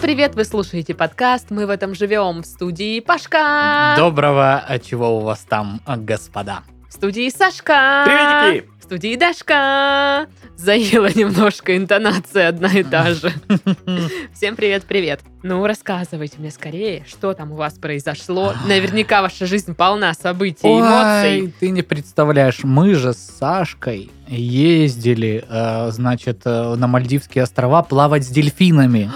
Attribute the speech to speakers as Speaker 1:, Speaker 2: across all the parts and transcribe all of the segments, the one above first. Speaker 1: привет! Вы слушаете подкаст «Мы в этом живем» в студии Пашка.
Speaker 2: Доброго, а чего у вас там, а, господа?
Speaker 1: В студии Сашка.
Speaker 3: Приветики!
Speaker 1: В студии Дашка. Заела немножко интонация одна и та же. Всем привет-привет. Ну, рассказывайте мне скорее, что там у вас произошло. Наверняка ваша жизнь полна событий и эмоций.
Speaker 2: Ой, ты не представляешь, мы же с Сашкой ездили, э, значит, э, на Мальдивские острова плавать с дельфинами.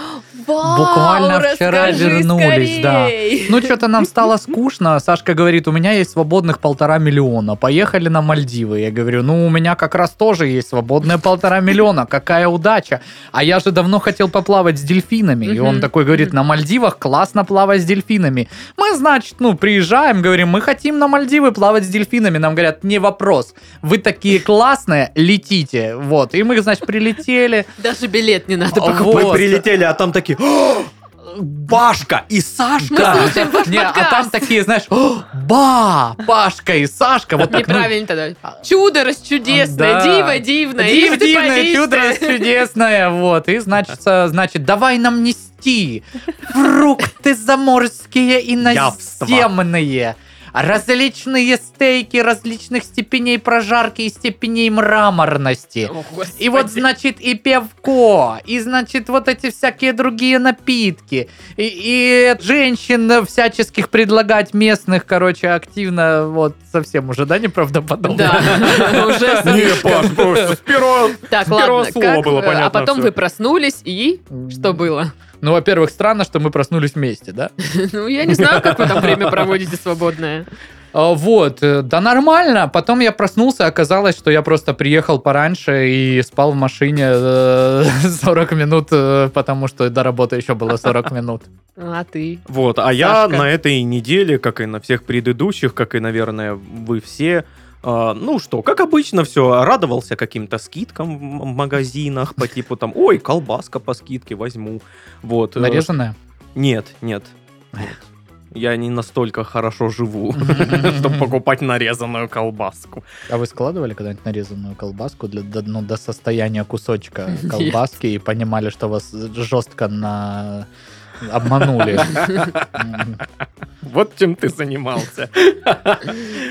Speaker 1: Вау,
Speaker 2: Буквально вчера
Speaker 1: расскажи
Speaker 2: вернулись, да.
Speaker 1: скорей.
Speaker 2: Ну, что-то нам стало скучно. Сашка говорит, у меня есть свободных полтора миллиона. Поехали на Мальдивы. Я говорю, ну, у меня как раз тоже есть свободные полтора миллиона. Какая удача. А я же давно хотел поплавать с дельфинами. И
Speaker 1: Мгм.
Speaker 2: он такой говорит, на Мальдивах классно плавать с дельфинами. Мы, значит, ну, приезжаем, говорим, мы хотим на Мальдивы плавать с дельфинами. Нам говорят, не вопрос. Вы такие классные, летите. Вот. И мы, значит, прилетели.
Speaker 1: Даже билет не надо
Speaker 2: А
Speaker 1: покупать.
Speaker 2: вот.
Speaker 3: Мы прилетели, а там такие... «О, Пашка и Сашка!
Speaker 1: Мы слушаем ваш
Speaker 2: Не, а
Speaker 1: подкаст.
Speaker 2: там такие, знаешь, «О, ба, Пашка и Сашка. Вот так, ну,
Speaker 1: Неправильно тогда. Чудо расчудесное,
Speaker 2: Да.
Speaker 1: диво дивное. Див,
Speaker 2: Див, дивное,
Speaker 1: диполистое.
Speaker 2: чудо чудесное, вот. И значит, э, значит, давай нам нести фрукты заморские и
Speaker 3: Явство.
Speaker 2: наземные. Различные стейки различных степеней прожарки и степеней мраморности.
Speaker 1: О, Господи.
Speaker 2: И вот, значит, и певко, и, значит, вот эти всякие другие напитки, и, и женщин всяческих предлагать местных, короче, активно, вот, совсем уже, да, неправдоподобно?
Speaker 1: Да, уже слишком.
Speaker 3: просто сперва...
Speaker 1: Так,
Speaker 3: с первого
Speaker 1: ладно,
Speaker 3: слова
Speaker 1: как,
Speaker 3: было
Speaker 1: э,
Speaker 3: понятно
Speaker 1: а потом
Speaker 3: всё.
Speaker 1: вы проснулись и что было?
Speaker 2: Ну, во-первых, странно, что мы проснулись вместе, да?
Speaker 1: Ну, я не знаю, как вы там время проводите свободное.
Speaker 2: А, Вот, э, да нормально. Потом я проснулся, а оказалось, что я просто приехал пораньше и спал в машине э, 40 минут, э, потому что до работы еще было 40 минут.
Speaker 1: А ты?
Speaker 3: Вот, а я
Speaker 2: Сашка.
Speaker 3: на этой неделе, как и на всех предыдущих, как и, наверное, вы все, а, ну что, как обычно все, радовался каким-то скидкам в м- магазинах по типу там, ой, колбаска по скидке возьму. Вот. э,
Speaker 2: Нарезанная?
Speaker 3: Нет, нет, нет. Я не настолько хорошо живу, чтобы покупать нарезанную колбаску.
Speaker 2: А вы складывали когда-нибудь нарезанную колбаску для, до- ну, до состояния кусочка колбаски и понимали, что вас жестко на... обманули? М.
Speaker 3: Вот чем ты занимался.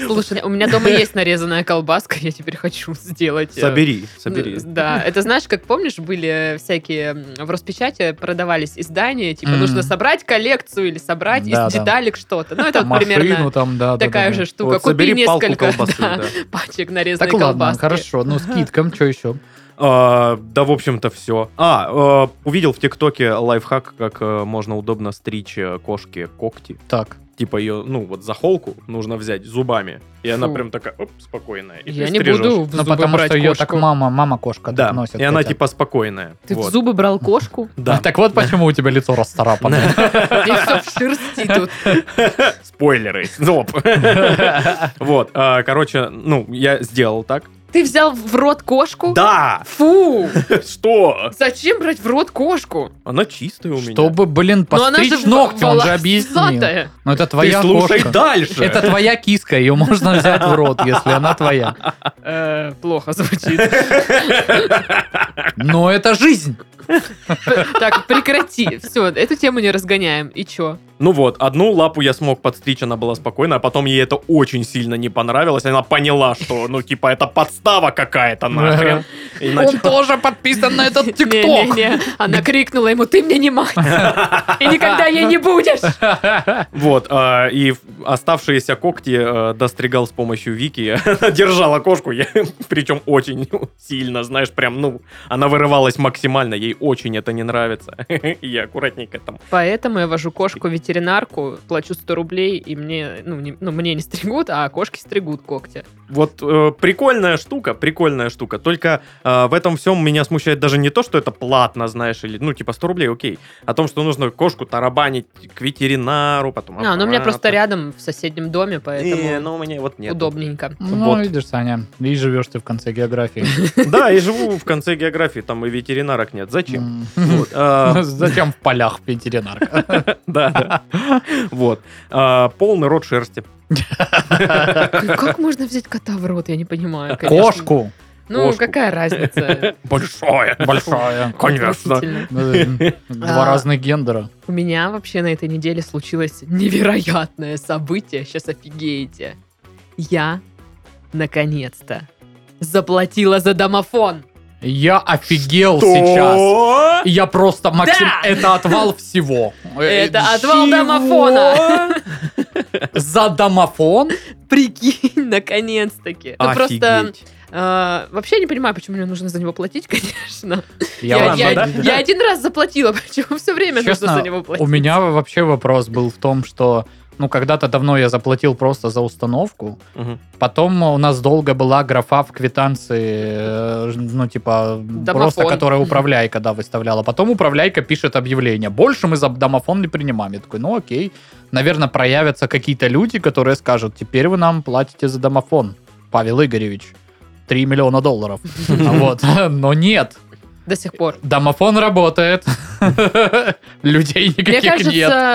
Speaker 1: Слушай, у меня дома есть нарезанная колбаска, я теперь хочу сделать. э,
Speaker 3: Собери,
Speaker 1: н-
Speaker 3: собери.
Speaker 1: Да, это знаешь, как помнишь, были э, всякие м, в Роспечати продавались издания, типа
Speaker 2: Мгм.
Speaker 1: нужно собрать коллекцию или собрать из
Speaker 2: Да-да.
Speaker 1: деталек что-то. Ну, это вот
Speaker 2: Машину
Speaker 1: примерно
Speaker 2: там, да. да,
Speaker 1: такая
Speaker 2: да, да.
Speaker 1: же штука.
Speaker 3: Вот собери
Speaker 1: Купи
Speaker 3: палку
Speaker 1: несколько
Speaker 3: колбасы,
Speaker 1: да,
Speaker 3: да.
Speaker 1: пачек нарезанной
Speaker 2: Так ладно,
Speaker 1: колбаски.
Speaker 2: хорошо. Ну, скидкам, что еще?
Speaker 3: А, да, в общем-то, все. А, э, увидел в ТикТоке лайфхак, как э, можно удобно стричь э, кошке когти.
Speaker 2: Так.
Speaker 3: Типа ее, ну, вот за холку нужно взять зубами. И она
Speaker 1: Фу.
Speaker 3: прям такая, оп, спокойная. И
Speaker 1: Я
Speaker 3: ты
Speaker 1: не
Speaker 3: стрижешь.
Speaker 1: буду в
Speaker 2: Ну,
Speaker 1: зубы
Speaker 2: потому
Speaker 1: брать
Speaker 2: что ее
Speaker 1: кошку.
Speaker 2: так мама, мама кошка
Speaker 3: Да,
Speaker 2: так носит.
Speaker 3: и она
Speaker 2: хотя.
Speaker 3: типа спокойная.
Speaker 1: Ты в
Speaker 3: Вот.
Speaker 1: зубы брал кошку?
Speaker 2: А,
Speaker 3: Да,
Speaker 2: Так вот почему у тебя лицо расцарапано.
Speaker 1: И все в шерсти тут.
Speaker 2: А.
Speaker 3: спойлеры. Зоб. Вот, а, короче, ну, я сделал так.
Speaker 1: Ты взял в рот кошку?
Speaker 3: Да!
Speaker 1: Фу!
Speaker 3: Что?
Speaker 1: Зачем брать в рот кошку?
Speaker 3: Она чистая у меня.
Speaker 2: Чтобы, блин,
Speaker 1: Ну, она же
Speaker 2: постричь ногти, он же
Speaker 1: волосатая.
Speaker 2: объяснил. Ну, это
Speaker 3: Ты
Speaker 2: твоя
Speaker 3: слушай
Speaker 2: кошка.
Speaker 3: дальше!
Speaker 2: Это твоя киска, ее можно взять в рот, если она твоя.
Speaker 1: Э, Плохо звучит.
Speaker 2: Но это жизнь.
Speaker 1: Так, прекрати. Все, эту тему не разгоняем. И чё?
Speaker 3: Ну вот, одну лапу я смог подстричь, она была спокойная, а потом ей это очень сильно не понравилось, и она поняла, что, ну, типа, это подстава какая-то нахрен. И начала-
Speaker 2: тоже подписан на этот
Speaker 1: Не-не-не. Она крикнула ему, ты мне не мать. И никогда ей не будешь.
Speaker 3: Вот, а, и в- оставшиеся когти э, достригал с помощью Вики, она держала кошку, я- причем очень сильно, знаешь, прям, ну, она вырывалась максимально, ей очень это не нравится, и я аккуратненько там.
Speaker 1: Поэтому я вожу кошку в ветеринарку, плачу 100 рублей, и мне, ну, не- ну, мне не стригут, а кошки стригут когти.
Speaker 3: Вот э, прикольная штука, прикольная штука, только э, в этом всем меня смущает даже не то, что это платно, знаешь, или, ну, типа 100 рублей, окей, о том, что нужно кошку тарабанить к ветеринару, потом...
Speaker 1: А, ну у меня
Speaker 3: обратно.
Speaker 1: просто рядом в соседнем доме,
Speaker 3: Не,
Speaker 1: поэтому
Speaker 3: ну, мне вот нет.
Speaker 1: удобненько.
Speaker 2: Ну,
Speaker 3: Вот.
Speaker 2: видишь, Саня, и живешь ты в конце географии.
Speaker 3: Да, и живу в конце географии, там и ветеринарок нет. Зачем?
Speaker 2: М.
Speaker 3: Вот, а,
Speaker 2: Зачем в полях ветеринарка?
Speaker 3: Да, да. Вот. А, Полный рот шерсти.
Speaker 1: Как можно взять кота в рот, я не понимаю. конечно.
Speaker 2: Кошку.
Speaker 1: Ну,
Speaker 3: кошку.
Speaker 1: какая разница?
Speaker 3: Большое.
Speaker 2: Большая.
Speaker 3: Конечно.
Speaker 1: Относительно.
Speaker 2: Два
Speaker 1: А.
Speaker 2: разных гендера.
Speaker 1: У меня вообще на этой неделе случилось невероятное событие. Сейчас офигеете. Я, наконец-то, заплатила за домофон.
Speaker 2: Я офигел сейчас.
Speaker 3: Сейчас.
Speaker 2: Я просто максим...
Speaker 1: Да!
Speaker 2: Это отвал всего. Э,
Speaker 1: Это отвал домофона.
Speaker 2: За домофон?
Speaker 1: Прикинь, наконец-таки. Ну, просто
Speaker 3: Офигеть.
Speaker 1: э, вообще не понимаю, почему мне нужно за него платить, конечно. Я,
Speaker 3: вам-
Speaker 1: я-
Speaker 3: да?
Speaker 1: я один раз заплатила, почему все время
Speaker 2: Честно,
Speaker 1: нужно за него платить?
Speaker 2: У меня вообще вопрос был в том, что ну, когда-то давно я заплатил просто за установку.
Speaker 3: Мгм.
Speaker 2: Потом у нас долго была графа в квитанции, э, ну, типа, просто которая управляйка, да, выставляла. Потом управляйка пишет объявление. Больше мы за домофон не принимаем. Я такой, ну, окей. Наверное, проявятся какие-то люди, которые скажут, теперь вы нам платите за домофон, Павел Игоревич. 3 миллиона долларов. Вот. Но нет.
Speaker 1: До сих пор.
Speaker 2: Домофон работает. Людей никаких
Speaker 1: Мне кажется,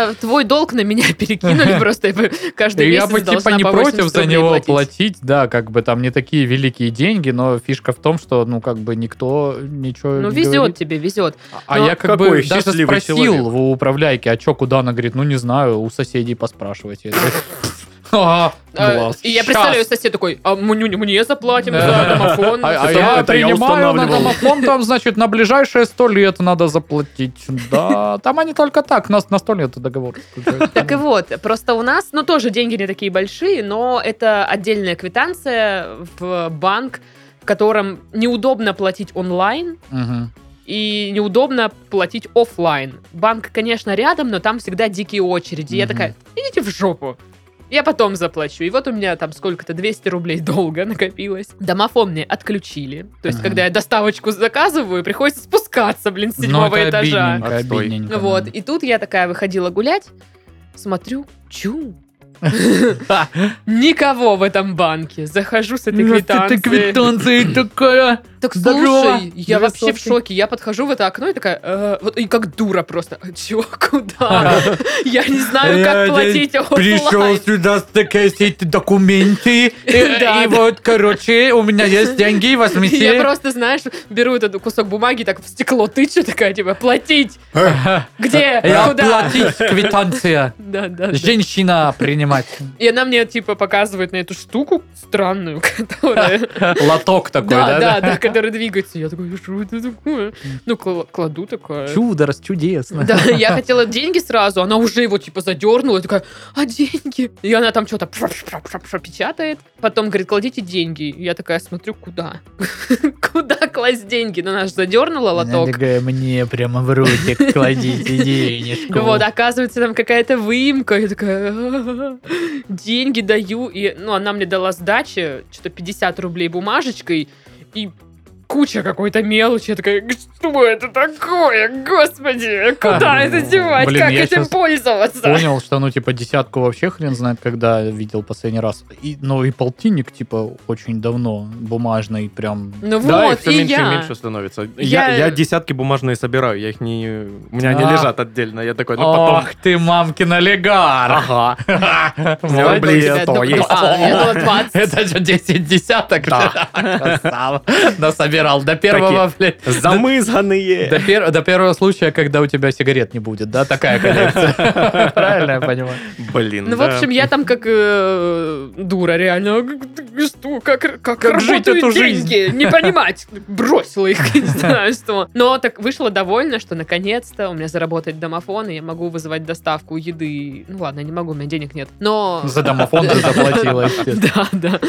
Speaker 2: нет.
Speaker 1: твой долг на меня перекинули просто. я бы Каждый
Speaker 2: И
Speaker 1: месяц
Speaker 2: я бы типа
Speaker 1: должна
Speaker 2: не
Speaker 1: по 80
Speaker 2: против за
Speaker 1: рублей
Speaker 2: него платить.
Speaker 1: платить.
Speaker 2: да, как бы там не такие великие деньги, но фишка в том, что ну как бы никто ничего
Speaker 1: Ну,
Speaker 2: не
Speaker 1: везет
Speaker 2: говорит.
Speaker 1: тебе, везет.
Speaker 2: А
Speaker 1: Ну,
Speaker 2: я как
Speaker 3: какой
Speaker 2: бы даже
Speaker 3: счастливый
Speaker 2: спросил
Speaker 3: человек.
Speaker 2: у управляйки, а чё, куда? Она говорит, ну не знаю, у соседей поспрашивайте. Я такой, «Ага,
Speaker 1: А,
Speaker 2: класс.
Speaker 1: И я представляю,
Speaker 2: Щас».
Speaker 1: сосед такой, а мне, мне заплатим за
Speaker 2: Да.
Speaker 1: домофон.
Speaker 2: А, а
Speaker 3: Это-
Speaker 2: я
Speaker 3: это я
Speaker 2: принимаю на
Speaker 3: устанавливал.
Speaker 2: домофон, там, значит, на ближайшие сто лет надо заплатить. Да, там они только так, нас на сто лет договор. заключают.
Speaker 1: Так и вот, просто у нас, ну, тоже деньги не такие большие, но это отдельная квитанция в банк, в котором неудобно платить онлайн
Speaker 2: Мгм.
Speaker 1: и неудобно платить офлайн. Банк, конечно, рядом, но там всегда дикие очереди. Я
Speaker 2: Мгм.
Speaker 1: такая, идите в жопу. Я потом заплачу. И вот у меня там сколько-то, 200 рублей долго накопилось. Домофон мне отключили. То есть,
Speaker 2: Мгм.
Speaker 1: когда я доставочку заказываю, приходится спускаться, блин, с
Speaker 2: Ну,
Speaker 1: седьмого
Speaker 2: это
Speaker 1: этажа.
Speaker 2: обидненько,
Speaker 3: Отстой.
Speaker 2: обидненько,
Speaker 1: Ну
Speaker 2: да.
Speaker 1: вот, и тут я такая выходила гулять, смотрю, чу. Никого в этом банке. Захожу с этой
Speaker 2: Ну,
Speaker 1: квитанцией.
Speaker 2: такая.
Speaker 1: Так
Speaker 2: Здорово.
Speaker 1: слушай, я вообще в
Speaker 2: Здравствуйте.
Speaker 1: шоке. Я подхожу в это окно и такая, «Э, вот и как дура просто. «А Чё, куда? Я не знаю, А как
Speaker 2: Я
Speaker 1: платить оффлайн.
Speaker 2: сюда с такой все эти документы.
Speaker 1: Да, да.
Speaker 2: вот, короче, у меня есть деньги,
Speaker 1: Я просто, знаешь, беру этот кусок бумаги, так в стекло тычу, такая, типа, платить. Где?
Speaker 2: Я
Speaker 1: Куда?
Speaker 2: платить квитанция.
Speaker 1: Да, да, да.
Speaker 2: Женщина принимать.
Speaker 1: И она мне, типа, показывает на эту штуку странную, которая...
Speaker 2: Лоток такой, да?
Speaker 1: да, да, который двигается. Я такой, что это такое? Ну, кла- кладу такое.
Speaker 2: Чудо, раз чудесно.
Speaker 1: Да, я хотела деньги сразу, она уже его типа задернула, и такая, а деньги? И она там что-то печатает, потом говорит, кладите деньги. И Я такая смотрю, куда? Куда класть деньги? Но она же задернула
Speaker 2: Она
Speaker 1: лоток.
Speaker 2: такая, мне прямо в ротик кладите денежку.
Speaker 1: Вот, оказывается, там какая-то выемка. Я такая, «А-а-а». деньги даю. И, ну, она мне дала сдачи, что-то 50 рублей бумажечкой, и куча какой-то мелочи. Я такая, что это такое? Господи, куда это девать?
Speaker 2: А, ну, Блин,
Speaker 1: как
Speaker 2: я
Speaker 1: этим
Speaker 2: щас
Speaker 1: пользоваться?
Speaker 2: Понял, что, ну, типа, десятку вообще хрен знает, когда видел последний раз. И, ну, и полтинник, типа, очень давно, бумажный, прям...
Speaker 1: Ну
Speaker 3: Да, и
Speaker 1: вот,
Speaker 3: все
Speaker 1: и
Speaker 3: меньше
Speaker 1: я.
Speaker 3: и меньше становится. Я... э,
Speaker 1: Я-
Speaker 3: я десятки бумажные собираю, я их не... У меня они
Speaker 2: А.
Speaker 3: лежат отдельно, я такой, ну потом...
Speaker 2: Ох ты, мамкин олигарх!
Speaker 3: Ага.
Speaker 2: Молодец.
Speaker 3: рублей
Speaker 1: Я
Speaker 3: сто
Speaker 1: думаю,
Speaker 3: есть.
Speaker 1: а, я думала, 20.
Speaker 2: Это же 10 десяток.
Speaker 3: Да.
Speaker 2: Красава. Насобирал до первого, блядь.
Speaker 3: Замызганные.
Speaker 2: До, пер- до первого случая, когда у тебя сигарет не будет, да? Такая коллекция. Правильно я понимаю?
Speaker 3: Блин,
Speaker 1: Ну, в
Speaker 3: да.
Speaker 1: общем, я там как э, дура реально. Как- Что, как, как,
Speaker 2: Как жить
Speaker 1: работают
Speaker 2: эту жизнь?
Speaker 1: деньги? Не понимать. Бросила их, не знаю что. Но так вышло довольно, что наконец-то у меня заработает домофон, и я могу вызывать доставку еды. Ну ладно, я не могу, у меня денег нет. Но...
Speaker 2: Ну, За домофон ты заплатила, естественно.
Speaker 1: Да, да.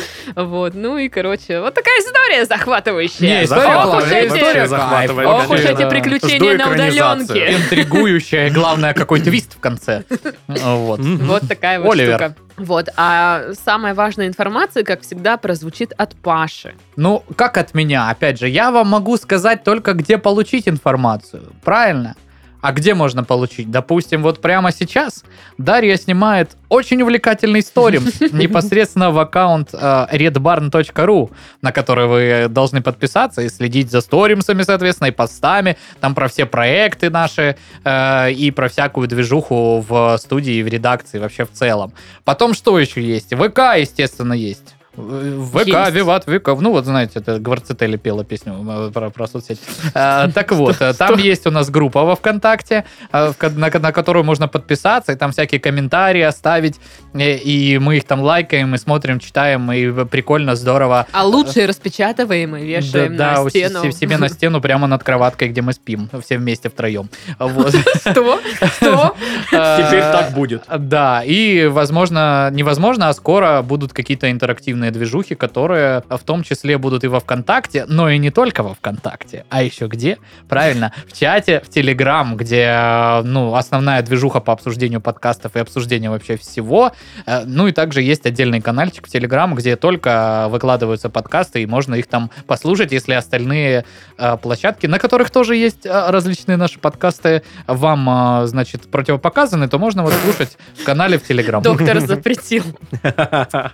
Speaker 1: Вот, ну и, короче, вот такая история захватывающая.
Speaker 2: Не, история
Speaker 1: Ох
Speaker 2: классная,
Speaker 1: уж эти-
Speaker 3: вообще
Speaker 2: история кайф.
Speaker 3: захватывает.
Speaker 1: Ох уж
Speaker 2: Вообще,
Speaker 1: эти
Speaker 2: да.
Speaker 1: приключения
Speaker 3: Жду
Speaker 1: на
Speaker 3: экранизацию.
Speaker 1: удаленке.
Speaker 2: Интригующая, и, главное, какой твист в конце. Вот.
Speaker 3: Мгм.
Speaker 1: Вот такая вот
Speaker 2: Оливер.
Speaker 1: штука. Вот, а самая важная информация, как всегда, прозвучит от Паши.
Speaker 2: Ну, как от меня? Опять же, я вам могу сказать только, где получить информацию. Правильно? А где можно получить? Допустим, вот прямо сейчас Дарья снимает очень увлекательный сторимс непосредственно в аккаунт э, redbarn.ru, на который вы должны подписаться и следить за сторимсами, соответственно, и постами, там про все проекты наши э, и про всякую движуху в студии и в редакции вообще в целом. Потом что еще есть? ВК, естественно, есть. Э, В ВК,
Speaker 1: Есть.
Speaker 2: Виват, Виков. Ну, вот знаете, это Гварцетели пела песню э, про, про соцсети. Э, Так вот, э, там есть у нас группа во ВКонтакте, э, в ко- на ко- на которую можно подписаться, и там всякие комментарии оставить, э, и мы их там лайкаем, и смотрим, читаем, и прикольно, здорово.
Speaker 1: А лучшие распечатываем и вешаем
Speaker 2: Да, да,
Speaker 1: на
Speaker 2: у
Speaker 1: стену.
Speaker 2: се- себе на стену прямо над кроваткой, где мы спим, все вместе втроем. Вот. А,
Speaker 1: Что? Что?
Speaker 3: Теперь
Speaker 1: э,
Speaker 3: так будет.
Speaker 2: Да, и, возможно, невозможно, а скоро будут какие-то интерактивные движухи, которые в том числе будут и во ВКонтакте, но и не только во ВКонтакте, а еще где? Правильно, в чате, в Телеграм, где, э, ну, основная движуха по обсуждению подкастов и обсуждению вообще всего. Э, Ну и также есть отдельный каналчик в Телеграм, где только выкладываются подкасты, и можно их там послушать, если остальные э, площадки, на которых тоже есть э, различные наши подкасты, вам, а, значит, противопоказаны, то можно вот слушать в канале в Телеграм.
Speaker 1: Доктор запретил.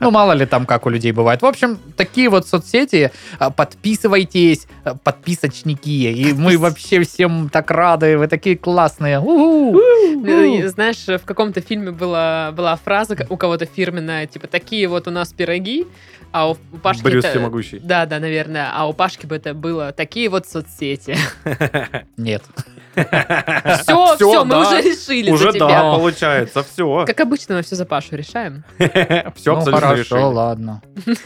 Speaker 2: Ну, мало ли там, как у людей бывает. В общем, такие вот соцсети. А, Подписывайтесь, а, подписочники. И мы вообще всем так рады. Вы такие классные. У-ху.
Speaker 3: Ну.
Speaker 1: Э, Знаешь, в каком-то фильме была, была фраза к- у кого-то фирменная, типа, такие вот у нас пироги, а у у Пашки...
Speaker 3: Брюс
Speaker 1: это-
Speaker 3: всемогущий.
Speaker 1: Да, да, наверное. А у Пашки бы это было такие вот соцсети.
Speaker 2: Нет.
Speaker 1: Все,
Speaker 3: Всё,
Speaker 1: все, мы
Speaker 3: да.
Speaker 1: уже решили за
Speaker 3: Уже да,
Speaker 1: тебя.
Speaker 3: получается, все.
Speaker 1: Как обычно, мы все за Пашу решаем.
Speaker 3: Все
Speaker 2: ну,
Speaker 3: абсолютно
Speaker 2: хорошо,
Speaker 3: решили.
Speaker 2: ладно.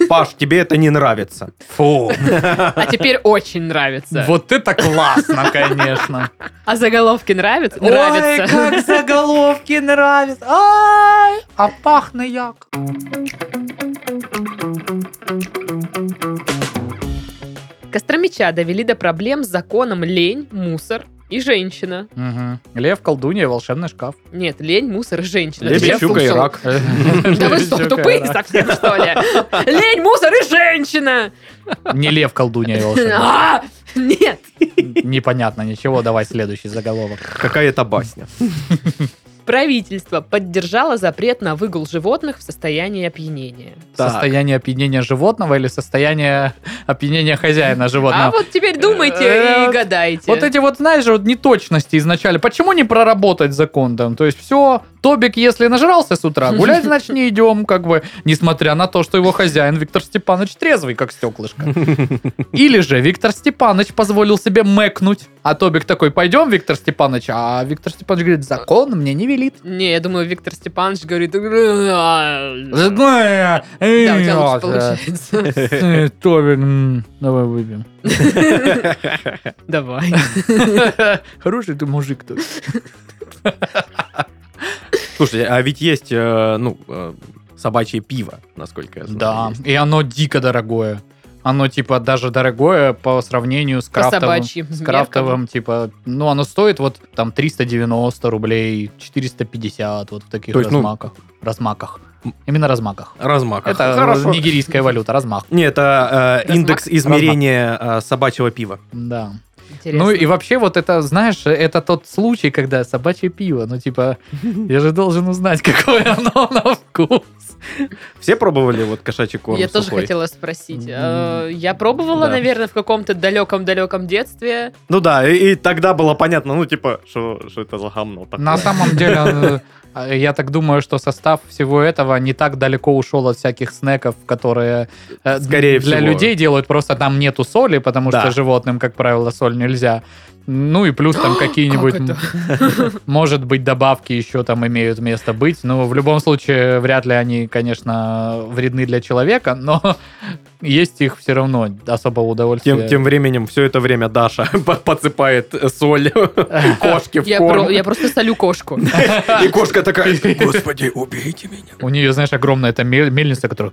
Speaker 3: Паш, тебе это не нравится.
Speaker 2: Фу.
Speaker 1: А теперь очень нравится.
Speaker 2: Вот это классно, конечно.
Speaker 1: А заголовки нравятся? Нравится.
Speaker 2: Ой, как заголовки нравятся. Ай, а пахну як.
Speaker 1: Костромича довели до проблем с законом лень, мусор и женщина.
Speaker 2: Мгм. Лев, колдунья, волшебный шкаф.
Speaker 1: Нет, лень, мусор и женщина.
Speaker 3: Лебедь,
Speaker 1: Ты меня
Speaker 3: щука и
Speaker 1: слушал?
Speaker 3: рак.
Speaker 1: Да вы что, тупые совсем, что ли? Лень, мусор и женщина!
Speaker 2: Не лев, колдунья и волшебный.
Speaker 1: А, Нет!
Speaker 2: Непонятно ничего, давай следующий заголовок.
Speaker 3: Какая это басня.
Speaker 1: Правительство поддержало запрет на выгул животных в состоянии опьянения.
Speaker 3: Так.
Speaker 2: Состояние опьянения животного или состояние опьянения хозяина
Speaker 1: А
Speaker 2: животного?
Speaker 1: вот теперь думайте
Speaker 2: Э,
Speaker 1: и гадайте.
Speaker 2: Вот эти вот, знаешь, вот неточности изначально. Почему не проработать закон там? То есть все, Тобик, если нажрался с утра, гулять, значит, не идем, как бы, несмотря на то, что его хозяин Виктор Степанович трезвый, как стеклышко. Или же Виктор Степанович позволил себе мэкнуть, а Тобик такой, пойдем, Виктор Степанович, а Виктор Степанович говорит, закон мне не велит.
Speaker 1: Не, я думаю, Виктор Степанович говорит... Да,
Speaker 2: Да,
Speaker 1: у тебя лучше получается.
Speaker 2: Э, Тобик, м, давай выпьем.
Speaker 1: Давай.
Speaker 2: Хороший ты мужик, Тобик.
Speaker 3: Слушай, а ведь есть, э, ну, э, собачье пиво, насколько я знаю.
Speaker 2: Да,
Speaker 3: есть.
Speaker 2: и оно дико дорогое. Оно, типа, даже дорогое по сравнению с крафтовым.
Speaker 1: собачьим
Speaker 2: С крафтовым, типа, ну, оно стоит вот там 390 рублей, 450 вот в таких
Speaker 3: То есть, ну,
Speaker 2: размаках. Размаках. Именно размаках.
Speaker 3: Размака.
Speaker 2: Это
Speaker 3: Хорошо.
Speaker 2: нигерийская валюта, размах,
Speaker 3: Не, это э,
Speaker 1: Размах.
Speaker 3: индекс измерения э, собачьего пива.
Speaker 2: да.
Speaker 1: Интересно.
Speaker 2: Ну и вообще вот это, знаешь, это тот случай, когда собачье пиво, ну типа, я же должен узнать, какое оно на вкус.
Speaker 3: Все пробовали вот кошачий корм
Speaker 1: Я тоже
Speaker 3: сухой?
Speaker 1: хотела спросить.
Speaker 2: М,
Speaker 1: Э, Я пробовала,
Speaker 3: да.
Speaker 1: наверное, в каком-то далеком-далеком детстве.
Speaker 3: Ну да, и, и тогда было понятно, ну типа, что, что это за гамно такое.
Speaker 2: На самом деле, э, я так думаю, что состав всего этого не так далеко ушел от всяких снеков, которые э,
Speaker 3: Скорее
Speaker 2: для
Speaker 3: всего.
Speaker 2: людей делают, просто там нету соли, потому
Speaker 3: Да.
Speaker 2: что животным, как правило, соль нельзя. Ну и плюс там какие-нибудь,
Speaker 1: Как это?
Speaker 2: м, может быть, добавки еще там имеют место быть. Но в любом случае, вряд ли они, конечно, вредны для человека, но есть их все равно особого удовольствия.
Speaker 3: Тем, тем временем, все это время Даша по- подсыпает э, соль кошке в
Speaker 1: Я, про- я
Speaker 3: корм.
Speaker 1: просто солю кошку.
Speaker 3: И кошка такая, господи, убейте меня.
Speaker 2: У нее, знаешь, огромная там мель- мельница, которая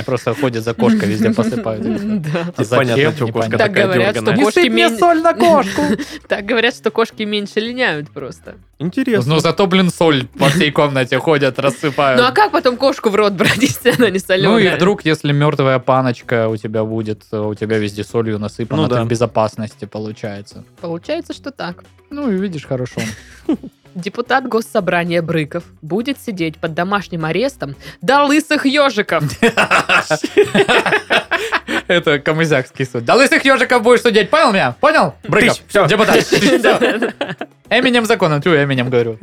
Speaker 2: просто ходит за кошкой, везде посыпают. и всё.
Speaker 1: Да.
Speaker 2: А зачем?
Speaker 3: Понятно, что кошка
Speaker 2: Непонятно.
Speaker 1: Так
Speaker 3: такая
Speaker 1: говорят, что
Speaker 3: дерганая.
Speaker 1: кошки мен-
Speaker 2: соль на кошку!
Speaker 1: Так говорят, что кошки меньше линяют просто.
Speaker 3: Интересно.
Speaker 2: Ну зато, блин, соль по всей комнате ходят,
Speaker 1: Ну а
Speaker 2: рассыпают.
Speaker 1: как потом кошку в рот брать, если она не соленая?
Speaker 2: Э. Ну и вдруг, если мертвая паночка у тебя будет, э, у тебя везде солью насыпана,
Speaker 3: Ну
Speaker 2: ты
Speaker 3: да.
Speaker 2: в безопасности получается.
Speaker 1: Получается, что так.
Speaker 2: Ну и видишь, хорошо.
Speaker 1: Депутат Госсобрания Брыков будет сидеть под домашним арестом до лысых ежиков.
Speaker 2: Это камызяк скисывает. Да лысых ежиков будешь судить, понял меня? Понял? Брыков,
Speaker 3: Тыщ, всё.
Speaker 2: депутат. Эминем законом, тю, Эминем говорю.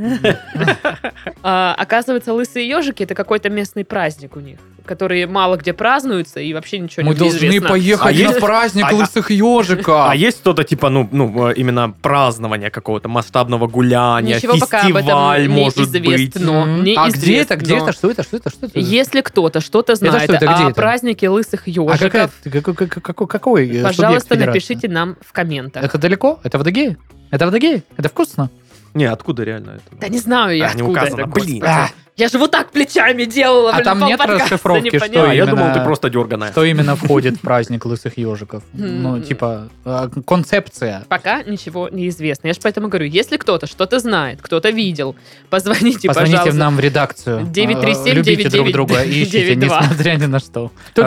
Speaker 1: А, Оказывается, лысые ежики это какой-то местный праздник у них. которые мало где празднуются и вообще ничего
Speaker 2: Мы
Speaker 1: не
Speaker 2: должны
Speaker 1: известно.
Speaker 2: поехать
Speaker 3: А
Speaker 2: на
Speaker 3: есть-
Speaker 2: праздник
Speaker 3: а-
Speaker 2: лысых ежика.
Speaker 3: А есть что-то типа, ну, ну, э, именно празднования какого-то масштабного гуляния,
Speaker 1: Ничего пока об
Speaker 3: фестиваль,
Speaker 1: этом
Speaker 3: может быть.
Speaker 1: неизвестно.
Speaker 2: М,
Speaker 1: Мне
Speaker 2: А где это?
Speaker 1: известно.
Speaker 2: Где это? Что это? Что это? Что это?
Speaker 1: Если кто-то что-то знает
Speaker 2: что это? Где
Speaker 1: о
Speaker 2: это?
Speaker 1: празднике лысых
Speaker 2: А какая-
Speaker 1: ежиков,
Speaker 2: какой- какой- какой- какой, э, субъект
Speaker 1: пожалуйста,
Speaker 2: федерации?
Speaker 1: напишите нам в комментах.
Speaker 2: Это далеко? Это в Адыгее? Это в Адыгее? Это вкусно?
Speaker 3: Не, откуда реально это?
Speaker 1: Да не знаю я
Speaker 3: А, не
Speaker 1: откуда
Speaker 3: указано,
Speaker 1: это,
Speaker 3: блин.
Speaker 1: господи. Я же вот так плечами делала.
Speaker 2: А
Speaker 1: блин,
Speaker 2: там
Speaker 1: по
Speaker 2: нет
Speaker 1: подкасту,
Speaker 2: расшифровки,
Speaker 1: не
Speaker 2: что
Speaker 3: Да,
Speaker 1: поняла.
Speaker 3: я
Speaker 2: именно-
Speaker 3: думал, ты просто дерганая.
Speaker 2: Что именно входит в праздник лысых ежиков? Ну,
Speaker 1: М.
Speaker 2: типа, э, концепция.
Speaker 1: Пока ничего не известно. Я же поэтому говорю, если кто-то что-то знает, кто-то видел, позвоните,
Speaker 2: Позвоните
Speaker 1: Типа, пожалуйста.
Speaker 2: нам в редакцию.
Speaker 1: 937-999-929.
Speaker 2: Э, Любите друг друга и ищите, несмотря ни на что.
Speaker 3: А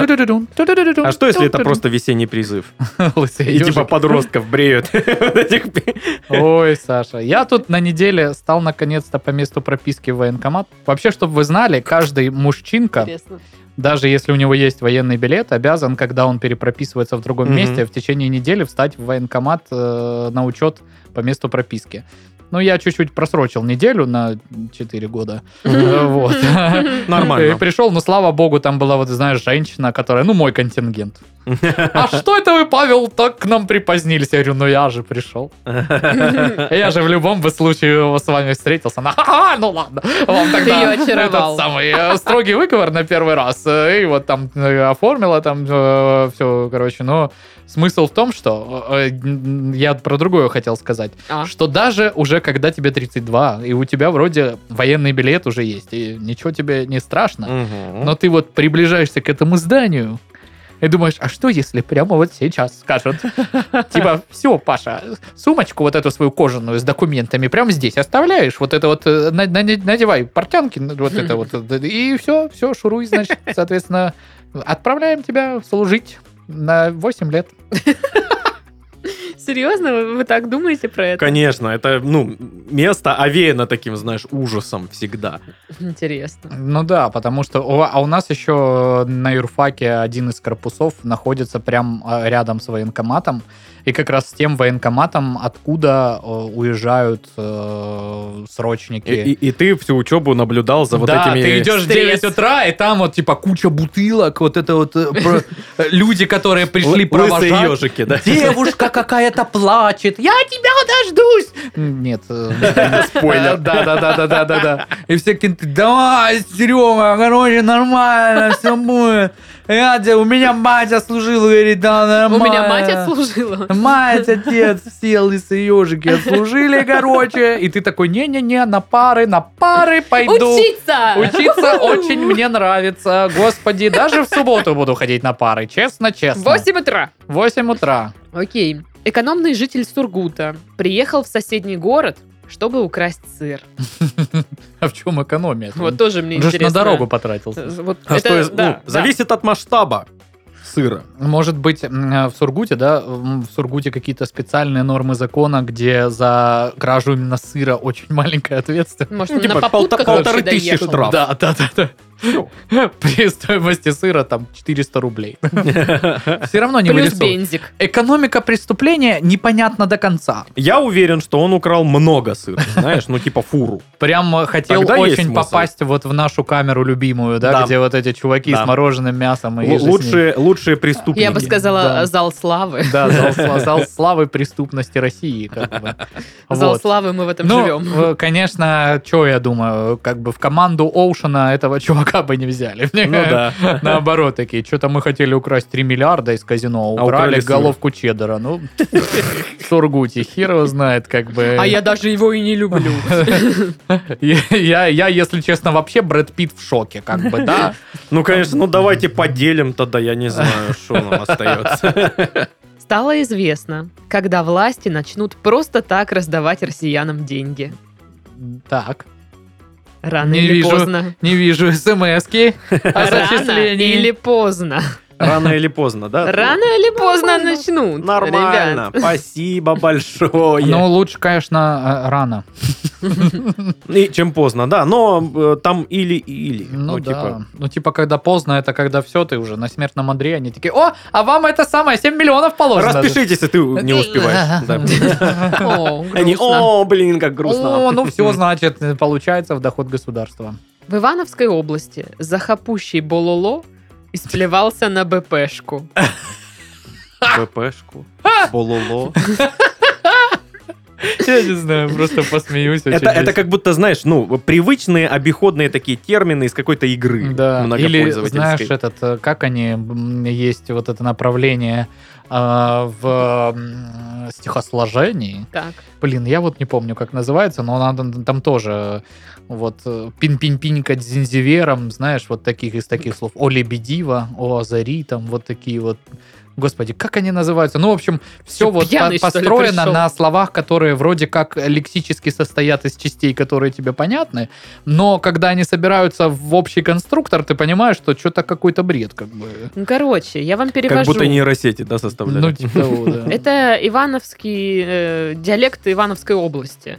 Speaker 2: А
Speaker 3: что, если это просто весенний призыв?
Speaker 2: лысые
Speaker 3: И типа
Speaker 2: ежики?
Speaker 3: подростков бреют. Вот этих пи-
Speaker 2: Ой, Саша, я тут на неделе стал наконец-то по месту прописки в военкомат. Вообще, чтобы вы знали, каждый мужчинка,
Speaker 1: Интересно.
Speaker 2: даже если у него есть военный билет, обязан, когда он перепрописывается в другом
Speaker 3: Мгм.
Speaker 2: месте, в течение недели встать в военкомат э, на учет по месту прописки. Ну, я чуть-чуть просрочил неделю на 4 года. Э, Вот. И
Speaker 3: Нормально.
Speaker 1: Э,
Speaker 2: пришел, но слава богу, там была, вот знаешь, женщина, которая, ну, мой контингент. А что это вы, Павел, так к нам припозднились? Я говорю, ну я же пришел. Я же в любом бы случае с вами встретился. Она, «Ха-ха, ну ладно. Вам тогда
Speaker 1: её очаровал.
Speaker 2: этот самый э, строгий выговор на первый раз. э, И вот там э, оформила там все, короче. Но смысл в том, что э, э, я про другое хотел сказать.
Speaker 1: А.
Speaker 2: Что даже уже когда тебе 32, и у тебя вроде военный билет уже есть, и ничего тебе не страшно.
Speaker 3: Мгм.
Speaker 2: Но ты вот приближаешься к этому зданию и думаешь, а что если прямо вот сейчас скажут? Типа, все, Паша, сумочку вот эту свою кожаную с документами прямо здесь оставляешь, вот это вот, э, на- на- надевай портянки, ну, вот это вот, э, и все, все, шуруй, значит, соответственно, отправляем тебя служить на 8 лет.
Speaker 1: Серьезно, вы, вы так думаете про это?
Speaker 3: Конечно, это, ну, место овеяно таким, знаешь, ужасом всегда.
Speaker 1: Интересно.
Speaker 2: Ну да, потому что... о, А у нас еще на юрфаке один из корпусов находится прям э, рядом с военкоматом. И как раз с тем военкоматом, откуда э, уезжают э, срочники.
Speaker 3: И, и- и ты всю учебу наблюдал за вот
Speaker 2: да,
Speaker 3: этими...
Speaker 2: ты идешь в
Speaker 1: Стресс.
Speaker 2: 9 утра, и там вот типа куча бутылок, вот это вот э, про- э, люди, которые пришли
Speaker 3: л- лысые
Speaker 2: провожать.
Speaker 3: ежики, да?
Speaker 2: Девушка какая-то плачет. Я тебя дождусь. Нет. э,
Speaker 3: Спойлер.
Speaker 2: Да, да, да, да, да, да, да. И все какие-то, давай, Серега, короче, нормально, все будет. Я тебе- у меня мать отслужила, говорит, да,
Speaker 1: У
Speaker 2: нормально.
Speaker 1: меня мать отслужила.
Speaker 2: Мать, отец, все лысые ежики отслужили, короче. И ты такой, не-не-не, на пары, на пары пойду.
Speaker 1: Учиться!
Speaker 2: Учиться очень мне нравится. Господи, даже в субботу буду ходить на пары. Честно, честно.
Speaker 1: 8 утра.
Speaker 2: 8 утра.
Speaker 1: Окей. Экономный житель Сургута приехал в соседний город, чтобы украсть сыр.
Speaker 2: А в чем экономия?
Speaker 1: Вот тоже мне
Speaker 2: Он же ж
Speaker 1: интересно. Э,
Speaker 2: на дорогу потратился.
Speaker 1: Вот
Speaker 3: А
Speaker 1: это,
Speaker 3: что из- ну,
Speaker 1: да, да.
Speaker 3: Зависит от масштаба сыра.
Speaker 2: Может быть, м, э, в Сургуте, да, м, в Сургуте какие-то специальные нормы закона, где за кражу именно сыра очень маленькая ответственность.
Speaker 1: Может,
Speaker 3: Ну,
Speaker 1: он
Speaker 3: типа
Speaker 1: на попутках
Speaker 3: полта- полторы
Speaker 1: вообще
Speaker 3: тысячи
Speaker 1: доехал.
Speaker 3: штраф. Прав.
Speaker 2: Да, да, да, да. При стоимости сыра там 400 рублей. Все равно не
Speaker 1: Плюс
Speaker 2: вырисовывается.
Speaker 1: бензик.
Speaker 2: Экономика преступления непонятна до конца.
Speaker 3: Я уверен, что он украл много сыра, знаешь, ну типа фуру.
Speaker 2: Прям э, хотел
Speaker 3: Тогда есть
Speaker 2: очень
Speaker 3: смысл.
Speaker 2: попасть вот в нашу камеру любимую, да,
Speaker 3: Да.
Speaker 2: где вот эти чуваки
Speaker 3: Да.
Speaker 2: с мороженым мясом и
Speaker 3: Л-
Speaker 2: же с ним.
Speaker 3: Лучшие лучшие преступники.
Speaker 1: Я бы сказала, э,
Speaker 2: Да.
Speaker 1: зал славы.
Speaker 2: Да, зал, сла- зал славы преступности России, как бы.
Speaker 1: Зал
Speaker 2: Вот.
Speaker 1: славы, мы в этом
Speaker 2: Ну,
Speaker 1: живем.
Speaker 2: э, конечно, что я думаю, как бы в команду Оушена этого чувака бы не взяли. Мне
Speaker 3: Ну да.
Speaker 2: Наоборот, такие, что-то мы хотели украсть 3 миллиарда из казино,
Speaker 3: А
Speaker 2: а
Speaker 3: украли
Speaker 2: украли
Speaker 3: сыр.
Speaker 2: головку чеддера. Ну, в Сургуте, хер его знает, как бы.
Speaker 1: А я даже его и не люблю.
Speaker 2: я, я, если честно, вообще Брэд Питт в шоке, как бы, да.
Speaker 3: Ну, конечно, ну давайте поделим тогда, я не знаю, что нам остается.
Speaker 1: Стало известно, когда власти начнут просто так раздавать россиянам деньги.
Speaker 2: Так.
Speaker 1: Рано
Speaker 2: Не
Speaker 1: или
Speaker 2: вижу.
Speaker 1: поздно.
Speaker 2: Не вижу смс-ки о
Speaker 1: Рано
Speaker 2: зачислении.
Speaker 1: или
Speaker 3: Э,
Speaker 1: поздно.
Speaker 3: Рано или поздно, да?
Speaker 1: Рано или поздно начнут.
Speaker 3: ну, Нормально,
Speaker 1: ребят.
Speaker 3: спасибо большое.
Speaker 2: Ну, лучше, конечно, э, рано.
Speaker 3: И чем поздно, да, но э, там или-или.
Speaker 2: Ну, да.
Speaker 3: типа,
Speaker 2: Ну, типа, когда поздно, это когда все, ты уже на смертном Андре, они такие, о, а вам это самое, 7 миллионов положено.
Speaker 3: распишитесь, если ты не успеешь. Да.
Speaker 1: О,
Speaker 3: Они,
Speaker 1: грустно.
Speaker 3: о, блин, как
Speaker 2: О,
Speaker 3: грустно.
Speaker 2: ну все, значит, получается в доход государства.
Speaker 1: В Ивановской области захапущий Бололо исплевался на БПшку.
Speaker 3: ППшку, бололо.
Speaker 2: Я не знаю, просто посмеюсь. очень
Speaker 3: Это, это
Speaker 2: весело.
Speaker 3: как будто, знаешь, ну, привычные обиходные такие термины из какой-то игры
Speaker 2: Да, или знаешь
Speaker 3: многопользовательской.
Speaker 2: этот, э, как они, м, есть вот это направление а, в м, стихосложении.
Speaker 1: Так.
Speaker 2: Блин, я вот не помню, как называется, но надо там тоже э, вот э, пин-пин-пинька с зинзивером, знаешь, вот таких из таких слов. О лебедива, о азари, там вот такие вот. Господи, как они называются? Ну, в общем, все
Speaker 1: Ты
Speaker 2: вот по-
Speaker 1: пьяный, что ли,
Speaker 2: построено
Speaker 1: пришел?
Speaker 2: на словах, которые вроде как лексически состоят из частей, которые тебе понятны, но когда они собираются в общий конструктор, ты понимаешь, что что-то какой-то бред, как бы.
Speaker 1: Ну, короче, я вам перевожу.
Speaker 3: Как будто нейросети, да,
Speaker 2: Ну,
Speaker 3: составляли?
Speaker 2: типа того, да.
Speaker 1: Это ивановский э, диалект Ивановской области.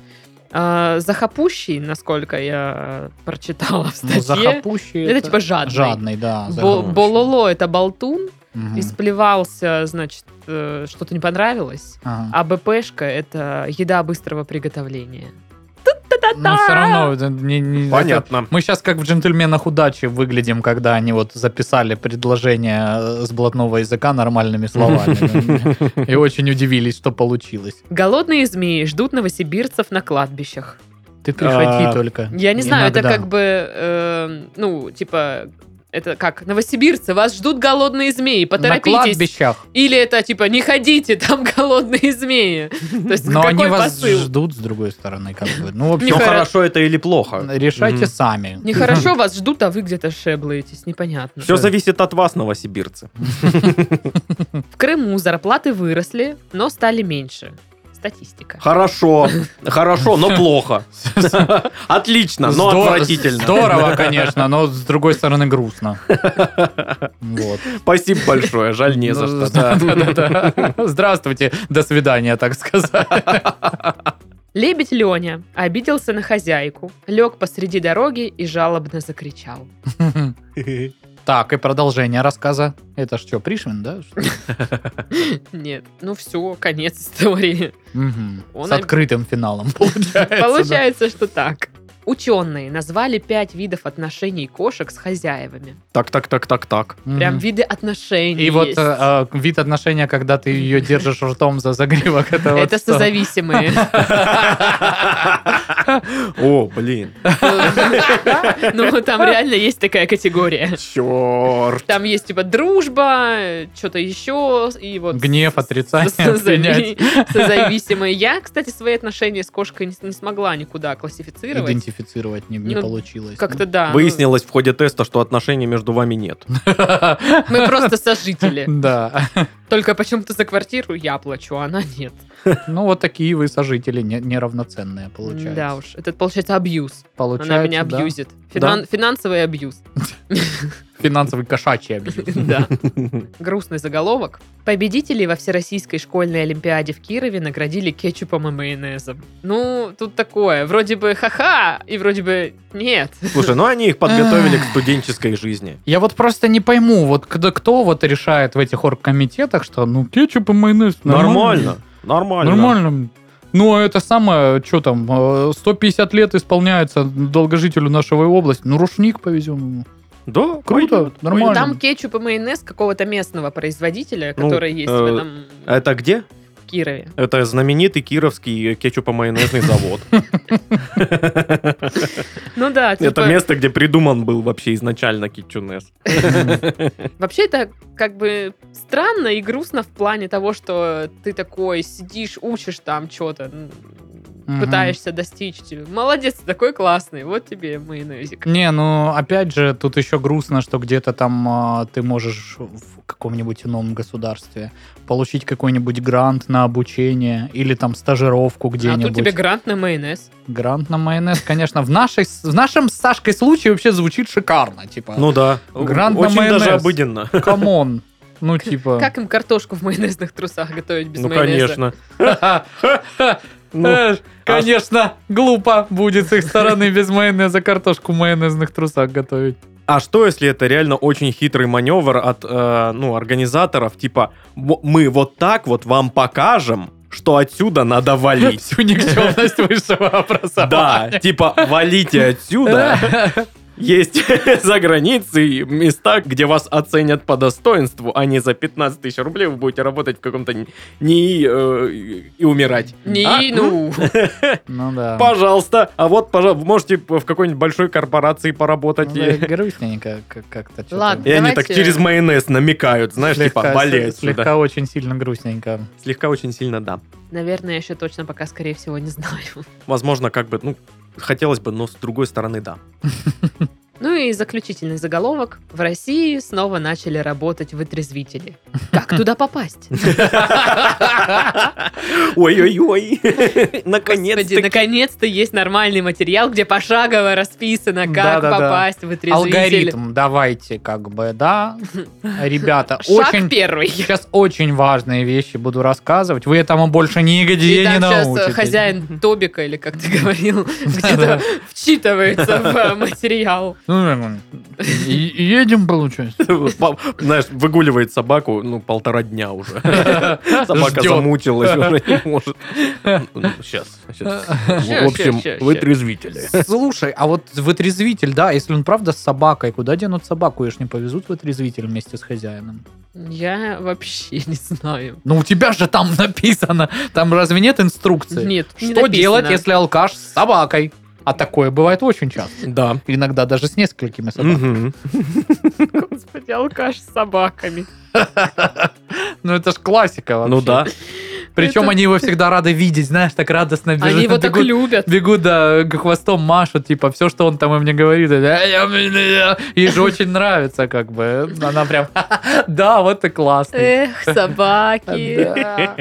Speaker 1: А, захапущий, насколько я прочитала в статье.
Speaker 2: Ну, захапущий.
Speaker 1: Это типа жадный.
Speaker 2: Жадный, да.
Speaker 1: Бо-
Speaker 2: захапущий.
Speaker 1: Бололо это болтун,
Speaker 2: Мгм.
Speaker 1: исплевался, значит, э, что-то не понравилось.
Speaker 2: Ага.
Speaker 1: А БПшка это еда быстрого приготовления.
Speaker 2: Но все Ну, равно это не- не- Ну, это-
Speaker 3: Понятно.
Speaker 2: Мы сейчас как в джентльменах удачи выглядим, когда они вот записали предложение э, с блатного языка нормальными словами. И очень удивились, что получилось.
Speaker 1: Голодные змеи ждут новосибирцев на кладбищах.
Speaker 2: Ты приходи
Speaker 3: А,
Speaker 2: только.
Speaker 1: Я не знаю, это
Speaker 2: Иногда.
Speaker 1: как бы, э, ну, типа, это как, новосибирцы, вас ждут голодные змеи,
Speaker 2: На
Speaker 1: поторопитесь.
Speaker 2: кладбищах.
Speaker 1: Или это типа, не ходите, там голодные змеи. То есть
Speaker 2: Но
Speaker 1: какой
Speaker 2: они вас
Speaker 1: посыл?
Speaker 2: ждут с другой стороны, как бы. Ну, в
Speaker 1: Не
Speaker 2: общем,
Speaker 3: Ну,
Speaker 1: хоро-
Speaker 3: хорошо это или плохо.
Speaker 2: решайте
Speaker 3: Мгм.
Speaker 2: сами.
Speaker 1: Нехорошо вас ждут, а вы где-то шеблаетесь, непонятно.
Speaker 3: Все зависит от вас, новосибирцы.
Speaker 1: В Крыму зарплаты выросли, но стали меньше. Статистика.
Speaker 3: Хорошо, хорошо, но плохо. Отлично, но
Speaker 2: Здорово-
Speaker 3: отвратительно.
Speaker 2: Здорово, конечно, но с другой стороны грустно. Вот.
Speaker 3: Спасибо большое, жаль не за
Speaker 2: Ну,
Speaker 3: что. да.
Speaker 2: да, да, да. Здравствуйте, до свидания, так сказать.
Speaker 1: Лебедь Леня обиделся на хозяйку, лег посреди дороги и жалобно закричал.
Speaker 2: Так, и продолжение рассказа. Это ж что, Пришвин, да? что ли?
Speaker 1: Нет, ну все, конец истории.
Speaker 2: Мгм.
Speaker 1: Он
Speaker 2: С открытым финалом, получается.
Speaker 1: Получается, что так. Ученые назвали пять видов отношений кошек с хозяевами.
Speaker 3: Так, так, так, так, так.
Speaker 2: да. Мгм.
Speaker 1: Прям виды отношений.
Speaker 2: И вот
Speaker 1: есть.
Speaker 2: э, э, вид отношения, когда ты ее держишь ртом за загривок, это а вот
Speaker 1: это
Speaker 2: что?
Speaker 1: созависимые.
Speaker 3: О, блин.
Speaker 1: Ну, там реально есть такая категория.
Speaker 3: Черт.
Speaker 1: Там есть, типа, дружба, что-то еще, и вот...
Speaker 2: Гнев, отрицание,
Speaker 1: созави-
Speaker 2: принять.
Speaker 1: Созависимые. Я, кстати, свои отношения с кошкой не, не смогла никуда классифицировать.
Speaker 2: Идентифицировать не, не
Speaker 1: Ну,
Speaker 2: получилось.
Speaker 1: Как-то да. ну,
Speaker 3: Выяснилось в ходе теста, что отношений между вами нет.
Speaker 1: Мы просто сожители.
Speaker 2: Да.
Speaker 1: Только почему-то за квартиру я плачу, а она нет.
Speaker 2: Ну, вот такие вы сожители не- неравноценные, получается.
Speaker 1: Да уж. Это, получается, абьюз.
Speaker 2: Получается,
Speaker 1: Она меня
Speaker 2: да.
Speaker 1: абьюзит. Финан-
Speaker 3: Да.
Speaker 1: Финансовый абьюз.
Speaker 2: Финансовый кошачий абьюз.
Speaker 1: Да. Грустный заголовок. Победителей во Всероссийской школьной олимпиаде в Кирове наградили кетчупом и майонезом. Ну, тут такое. Вроде бы ха-ха, и вроде бы нет.
Speaker 3: Слушай, ну они их подготовили
Speaker 2: А.
Speaker 3: к студенческой жизни.
Speaker 2: Я вот просто не пойму, вот кто, кто вот решает в этих оргкомитетах, что ну кетчуп и майонез
Speaker 3: Нормально. Нормально.
Speaker 2: Нормально. Ну, а это самое, что там, э, 150 лет исполняется долгожителю нашего области. Ну, рушник повезем ему.
Speaker 3: Да,
Speaker 2: Круто,
Speaker 3: пойдет.
Speaker 2: нормально.
Speaker 1: Там кетчуп и майонез какого-то местного производителя,
Speaker 3: Ну,
Speaker 1: который есть
Speaker 3: э,
Speaker 1: в этом
Speaker 3: Это где?
Speaker 1: в Кирове.
Speaker 3: Это знаменитый кировский кетчупо-майонезный завод.
Speaker 1: Ну да,
Speaker 3: Это
Speaker 1: типа,
Speaker 3: место, где придуман был вообще изначально кетчунес.
Speaker 1: вообще это как бы странно и грустно в плане того, что ты такой сидишь, учишь там что-то,
Speaker 2: Мгм.
Speaker 1: пытаешься достичь. Молодец, ты такой классный, вот тебе майонезик.
Speaker 2: Не, ну, опять же, тут еще грустно, что где-то там э, ты можешь в каком-нибудь ином государстве получить какой-нибудь грант на обучение или там стажировку
Speaker 1: А
Speaker 2: где-нибудь.
Speaker 1: тут тебе грант на майонез.
Speaker 2: Грант на майонез, конечно, в, нашей, с- в нашем с Сашкой случае вообще звучит шикарно,
Speaker 1: А.
Speaker 2: типа.
Speaker 3: Ну да.
Speaker 2: Грант на
Speaker 3: Очень
Speaker 2: майонез.
Speaker 3: даже обыденно.
Speaker 2: камон. Ну, типа...
Speaker 1: Как им картошку в майонезных трусах готовить без
Speaker 3: Ну,
Speaker 1: майонеза?
Speaker 3: конечно. Ну,
Speaker 2: Э, Конечно, глупо будет с их стороны без майонеза картошку в майонезных трусах готовить.
Speaker 3: А что, если это реально очень хитрый маневр от э, ну, организаторов, типа, «Во- мы вот так вот вам покажем, что отсюда надо валить.
Speaker 2: Всю никчемность высшего
Speaker 3: Да,
Speaker 2: образования.
Speaker 3: типа, валите отсюда, Есть за границей места, где вас оценят по достоинству, а не за 15 тысяч рублей вы будете работать в каком-то НИИ э, и умирать.
Speaker 1: Не,
Speaker 3: А?
Speaker 1: ну.
Speaker 2: Ну да.
Speaker 3: Пожалуйста, а вот, пожалуйста, можете в какой-нибудь большой корпорации
Speaker 2: Ну
Speaker 3: поработать.
Speaker 2: да,
Speaker 3: и-
Speaker 2: грустненько как- как-то. чё-то.
Speaker 1: Ладно,
Speaker 3: И они так
Speaker 1: Давайте-
Speaker 3: через майонез намекают, знаешь, типа,
Speaker 2: Слегка-
Speaker 3: болеть.
Speaker 2: Слегка
Speaker 3: Слегка...
Speaker 2: очень сильно грустненько.
Speaker 3: слегка очень сильно, да.
Speaker 1: Наверное, я еще точно пока, скорее всего, не знаю.
Speaker 3: Возможно, как бы, ну, хотелось бы, но с другой стороны, да.
Speaker 1: Ну и заключительный заголовок. В России снова начали работать вытрезвители. Как туда попасть?
Speaker 3: Ой-ой-ой,
Speaker 1: Господи,
Speaker 3: наконец-то.
Speaker 1: наконец-то есть нормальный материал, где пошагово расписано, как
Speaker 2: Да-да-да.
Speaker 1: попасть в вытрезвитель.
Speaker 2: Алгоритм давайте как бы, да? Ребята,
Speaker 1: Шаг
Speaker 2: очень...
Speaker 1: первый.
Speaker 2: Сейчас очень важные вещи буду рассказывать. Вы этому больше
Speaker 1: И
Speaker 2: нигде не
Speaker 1: там сейчас э,
Speaker 2: научитесь.
Speaker 1: хозяин Тобика, или как ты говорил, где-то
Speaker 2: Да.
Speaker 1: вчитывается в э, материал.
Speaker 2: Ну, и- и Едем, получается.
Speaker 3: Знаешь, выгуливает собаку, ну, полтора дня уже. Собака
Speaker 2: Ждёт.
Speaker 3: замучилась уже, не может. Сейчас, сейчас. В
Speaker 1: Ща,
Speaker 3: общем,
Speaker 1: ща, ща,
Speaker 3: вы
Speaker 1: ща.
Speaker 3: трезвители.
Speaker 2: Слушай, а вот вытрезвитель, да, если он правда с собакой, куда денут собаку, ее ж не повезут вытрезвитель вместе с хозяином?
Speaker 1: Я вообще не знаю.
Speaker 2: Ну у тебя же там написано, там разве нет инструкции?
Speaker 1: Нет, не
Speaker 2: Что
Speaker 1: написано.
Speaker 2: делать, если алкаш с собакой? А такое бывает очень часто.
Speaker 3: Да.
Speaker 2: Иногда даже с несколькими собаками.
Speaker 3: Мгм.
Speaker 1: Господи, алкаш с собаками.
Speaker 2: Ну это ж классика вообще.
Speaker 3: Ну да.
Speaker 2: Причем
Speaker 1: Это-
Speaker 2: они его всегда рады видеть, знаешь, так радостно бежит.
Speaker 1: Они его так
Speaker 2: бегут,
Speaker 1: любят.
Speaker 2: бегут, да, к- хвостом машут, типа, все, что он там им не говорит. это, «Ай, я, блин, я». Ей же очень нравится, как бы. Она прям, да, вот и классный.
Speaker 1: Эх, собаки.
Speaker 2: Да.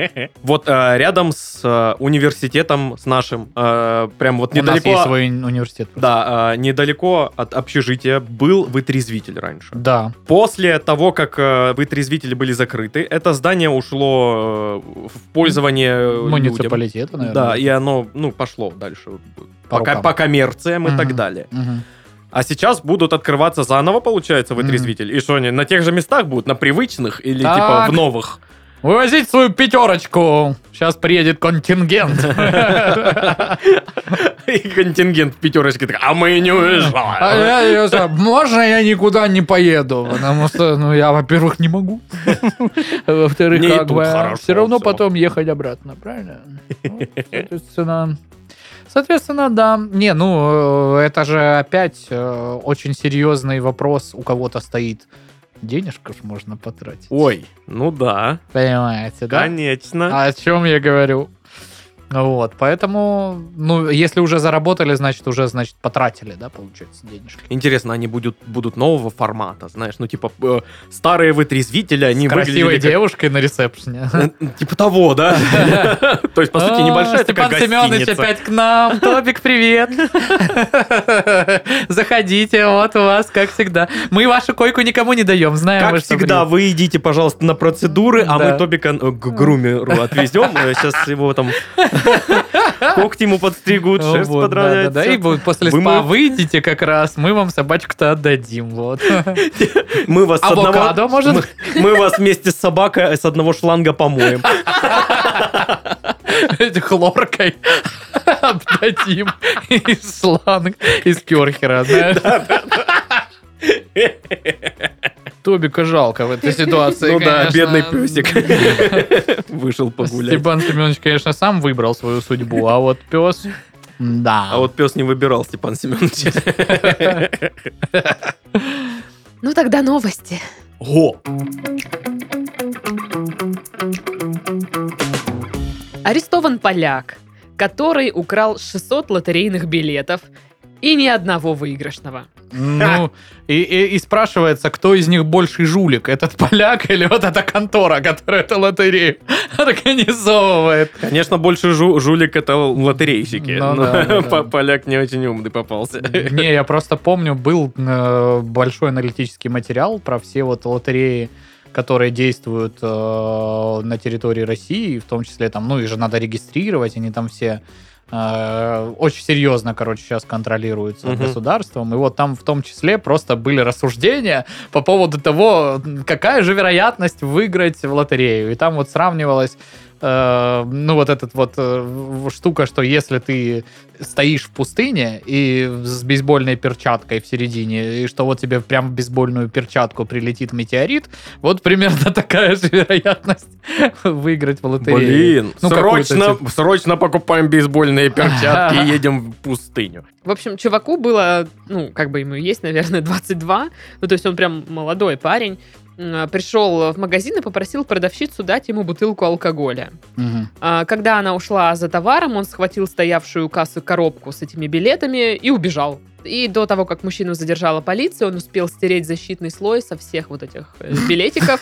Speaker 3: Вот э, рядом с э, университетом, с нашим, э, прям вот
Speaker 2: У нас
Speaker 3: недалеко...
Speaker 2: есть свой университет.
Speaker 3: Да, э, недалеко от общежития был вытрезвитель раньше.
Speaker 2: Да.
Speaker 3: После того, как э, вытрезвители были закрыты, это здание ушло э, в
Speaker 2: Э,
Speaker 3: пользование людям.
Speaker 2: Муниципалитета,
Speaker 3: Да,
Speaker 2: наверное.
Speaker 3: и оно, ну, пошло дальше.
Speaker 2: По
Speaker 3: По, ко-
Speaker 2: рукам.
Speaker 3: по коммерциям и так
Speaker 2: Мгм.
Speaker 3: далее.
Speaker 2: Мгм.
Speaker 3: А сейчас будут открываться заново, получается, вытрезвитель. И что они на тех же местах будут? На привычных или типа
Speaker 2: Так.
Speaker 3: в новых?
Speaker 2: Вывозить свою пятерочку. Сейчас приедет контингент.
Speaker 3: И контингент пятерочки такой, а мы не
Speaker 2: А
Speaker 3: уезжаем.
Speaker 2: я её за- можно я никуда не поеду? Потому что, ну, я, во-первых, не могу. Во-вторых,
Speaker 3: Мне и
Speaker 2: как
Speaker 3: тут
Speaker 2: бы,
Speaker 3: хорошо
Speaker 2: все равно
Speaker 3: всё.
Speaker 2: потом ехать обратно, правильно? Ну, Соответственно, соответственно, да. Не, ну, э, это же опять э, очень серьезный вопрос у кого-то стоит. Денежку ж можно потратить.
Speaker 3: Ой, ну да, А
Speaker 2: Понимаете, да? А
Speaker 3: конечно.
Speaker 2: О чем я говорю? Ну Вот, поэтому, ну, если уже заработали, значит, уже, значит, потратили, да, получается, денежки.
Speaker 3: Интересно, они будут, будут нового формата, знаешь, ну типа э, старые вытрезвители, они
Speaker 2: С красивой
Speaker 3: выглядели
Speaker 2: девушкой на ресепшене.
Speaker 3: как- Э, Типа того, да? То есть, по сути,
Speaker 2: А,
Speaker 3: небольшая такая
Speaker 2: Степан Семенович
Speaker 3: гостиница.
Speaker 2: опять к нам. Топик, привет. Заходите, вот у вас, как всегда. Мы вашу койку никому не даем, знаем
Speaker 3: Как
Speaker 2: мы, что
Speaker 3: всегда, вы идите, пожалуйста, на процедуры, а
Speaker 2: Да.
Speaker 3: мы Тобика э, к грумеру отвезем. Сейчас его там когти ему подстригут,
Speaker 2: Ну
Speaker 3: шерсть
Speaker 2: вот,
Speaker 3: подравняют.
Speaker 2: да-да-да, и
Speaker 3: всё.
Speaker 2: будет после
Speaker 3: Вы
Speaker 2: спа
Speaker 3: мы-
Speaker 2: выйдете как раз, мы вам собачку-то отдадим, вот.
Speaker 3: Мы вас с
Speaker 2: Авокадо,
Speaker 3: одного...
Speaker 2: может?
Speaker 3: мы- Мы вас вместе с собакой с одного шланга помоем.
Speaker 2: хлоркой обдадим из шланг, из керхера, знаешь. Тобика жалко в этой ситуации,
Speaker 3: Ну да,
Speaker 2: конечно.
Speaker 3: бедный песик. Вышел погулять.
Speaker 2: Степан Семенович, конечно, сам выбрал свою судьбу, а вот пес... Да.
Speaker 3: А вот пес не выбирал Степан Семенович.
Speaker 1: Ну тогда новости.
Speaker 3: О!
Speaker 1: Арестован поляк, который украл 600 лотерейных билетов и ни одного выигрышного.
Speaker 2: Ну, и, и- и спрашивается, кто из них больший жулик, этот поляк или вот эта контора, которая эту лотерею организовывает.
Speaker 3: Конечно, больше жу- жулик это лотерейщики.
Speaker 2: Ну
Speaker 3: Но
Speaker 2: да, да, да.
Speaker 3: по- Поляк не очень умный попался.
Speaker 2: Не, я просто помню, был э, большой аналитический материал про все вот лотереи, которые действуют э, на территории России, в том числе там, ну, их же надо регистрировать, они там все э, очень серьезно, короче, сейчас контролируются
Speaker 3: Мгм.
Speaker 2: государством. И вот там в том числе просто были рассуждения по поводу того, какая же вероятность выиграть в лотерею. И там вот сравнивалось э, ну, вот этот вот э, в- штука, что если ты стоишь в пустыне и с бейсбольной перчаткой в середине, и что вот тебе прям в бейсбольную перчатку прилетит метеорит, вот примерно такая же вероятность выиграть в лотерею.
Speaker 3: Блин,
Speaker 2: Ну,
Speaker 3: срочно,
Speaker 2: какой-то
Speaker 3: срочно покупаем бейсбольные перчатки и едем в пустыню.
Speaker 1: В общем, чуваку было, ну, как бы ему и есть, наверное, 22. Ну, то есть он прям молодой парень. М, Пришел в магазин и попросил продавщицу дать ему бутылку алкоголя.
Speaker 2: Мгм.
Speaker 1: А, Когда она ушла за товаром, он схватил стоявшую у кассы коробку с этими билетами и убежал. И до того, как мужчину задержала полиция, он успел стереть защитный слой со всех вот этих э, билетиков.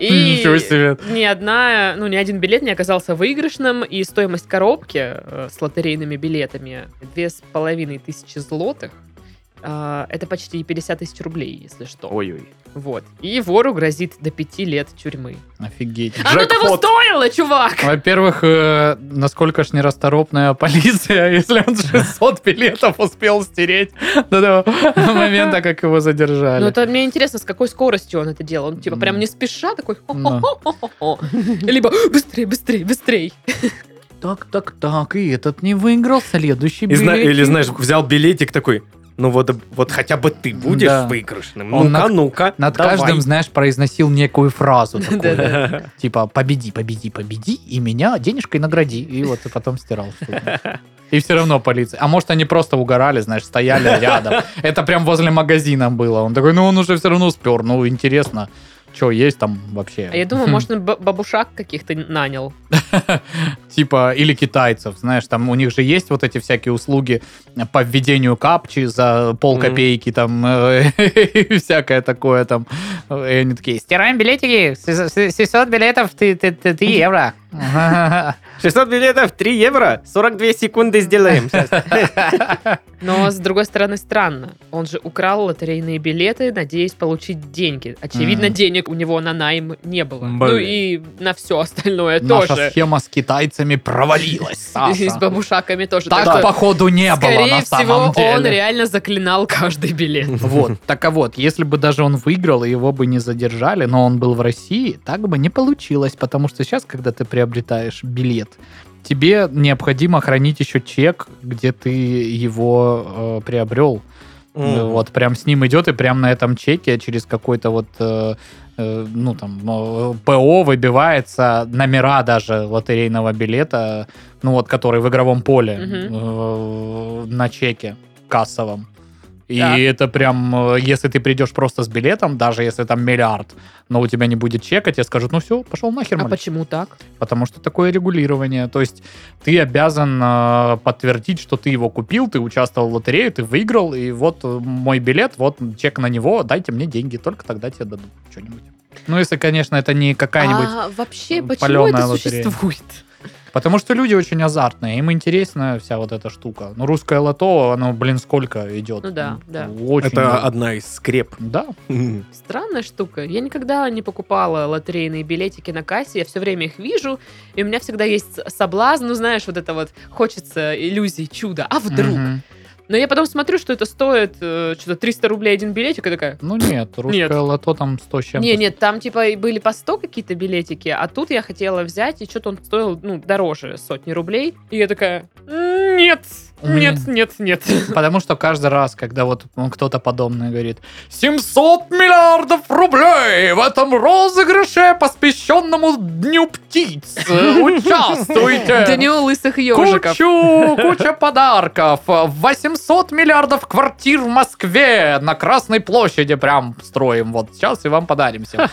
Speaker 1: И
Speaker 2: Ничего себе.
Speaker 1: ни одна, ну, ни один билет не оказался выигрышным, и стоимость коробки э, с лотерейными билетами две с половиной тысячи злотых. Э, Это почти 50 тысяч рублей, если что.
Speaker 3: Ой-ой.
Speaker 1: Вот. И вору грозит до пяти лет тюрьмы.
Speaker 2: Офигеть.
Speaker 1: Оно того
Speaker 3: Джекпот.
Speaker 1: стоило, чувак!
Speaker 2: Во-первых, э, насколько ж нерасторопная полиция, если он 600 билетов успел стереть до того момента, как его задержали.
Speaker 1: Ну, это мне интересно, с какой скоростью он это делал. Он, типа, прям
Speaker 2: М. Ну.
Speaker 1: не спеша такой...
Speaker 2: Да.
Speaker 1: «Хо-хо-хо-хо-хо». Либо быстрей, быстрей, быстрей.
Speaker 2: Так, так, так, и этот не выиграл следующий
Speaker 3: И зна-
Speaker 2: билет.
Speaker 3: Или, знаешь, взял билетик такой, ну вот, вот хотя бы ты будешь
Speaker 2: Да.
Speaker 3: выигрышным.
Speaker 2: Он
Speaker 3: Ну-ка,
Speaker 2: над-
Speaker 3: ну-ка,
Speaker 2: Над
Speaker 3: давай.
Speaker 2: каждым, знаешь, произносил некую фразу такую.
Speaker 1: Да-да.
Speaker 2: Типа, победи, победи, победи, и меня денежкой награди. И вот и потом стирал. что-то. И все равно полиция. А может, они просто угорали, знаешь, стояли рядом. Это прям возле магазина было. Он такой, ну он уже все равно спер. Ну, интересно, что есть там вообще?
Speaker 1: А я думаю, может, он б- бабушак каких-то нанял.
Speaker 2: Типа, или китайцев, знаешь, там у них же есть вот эти всякие услуги по введению капчи за полкопейки, там, э, и всякое такое там. И они такие, стираем билетики, 600 билетов, ты, ты, ты, ты евро.
Speaker 3: 600 билетов, 3 евро, 42 секунды сделаем.
Speaker 1: Но, с другой стороны, странно. Он же украл лотерейные билеты, надеясь получить деньги. Очевидно,
Speaker 2: Мгм.
Speaker 1: денег у него на найм не было.
Speaker 3: Блин.
Speaker 1: Ну и на все остальное
Speaker 2: Наша
Speaker 1: тоже.
Speaker 2: схема с китайцами провалилась,
Speaker 1: И с
Speaker 2: Саша.
Speaker 1: бабушаками тоже. Так
Speaker 2: Так,
Speaker 1: что,
Speaker 2: походу, не было
Speaker 1: скорее
Speaker 2: на
Speaker 1: всего,
Speaker 2: самом
Speaker 1: он
Speaker 2: деле.
Speaker 1: реально заклинал каждый билет.
Speaker 2: Вот, так а вот, если бы даже он выиграл и его бы не задержали, но он был в России, так бы не получилось, потому что сейчас, когда ты приобретаешь билет, тебе необходимо хранить еще чек, где ты его э, приобрел. Ну, Вот, прям с ним идет, и прям на этом чеке через какой-то вот, э, э, ну, там, э, ПО выбивается номера даже лотерейного билета, ну, вот, который в игровом поле э, на чеке кассовом. И
Speaker 1: Так.
Speaker 2: это прям, э, если ты придешь просто с билетом, даже если там миллиард, но у тебя не будет чека, тебе скажут, ну все, пошел
Speaker 1: А
Speaker 2: нахер, мальчик».
Speaker 1: почему так?
Speaker 2: Потому что такое регулирование. То есть ты обязан э, подтвердить, что ты его купил, ты участвовал в лотерее, ты выиграл, и вот э, мой билет, вот чек на него, дайте мне деньги, только тогда тебе дадут что-нибудь. Ну, если, конечно, это не какая-нибудь...
Speaker 1: А вообще,
Speaker 2: э,
Speaker 1: почему
Speaker 2: палёная
Speaker 1: это
Speaker 2: лотерея.
Speaker 1: существует?
Speaker 2: Потому что люди очень азартные, им интересна вся вот эта штука. Ну, русское лото, оно, блин, сколько идет?
Speaker 1: Ну да, да.
Speaker 2: Очень много.
Speaker 3: Это одна из скреп.
Speaker 2: Да,
Speaker 1: Странная штука. Я никогда не покупала лотерейные билетики на кассе, я все время их вижу, и у меня всегда есть соблазн, ну знаешь, вот это вот хочется иллюзии чуда, а вдруг?
Speaker 2: Мгм.
Speaker 1: Но я потом смотрю, что это стоит э, что-то 300 рублей один билетик, и такая...
Speaker 2: Ну нет, русское
Speaker 1: Нет.
Speaker 2: лото там 100 с чем-то.
Speaker 1: Не, нет, там типа и были по 100 какие-то билетики, а тут я хотела взять, и что-то он стоил, ну, дороже сотни рублей. И я такая, «М, нет,
Speaker 2: У меня-
Speaker 1: нет, нет, нет.
Speaker 2: Потому что каждый раз, когда вот ну, кто-то подобное говорит 700 миллиардов рублей в этом розыгрыше, посвященному Дню птиц, э, участвуйте!
Speaker 1: Данил лысых ежиков.
Speaker 2: Кучу, куча подарков. 800 миллиардов квартир в Москве на Красной площади прям строим. Вот сейчас и вам подаримся.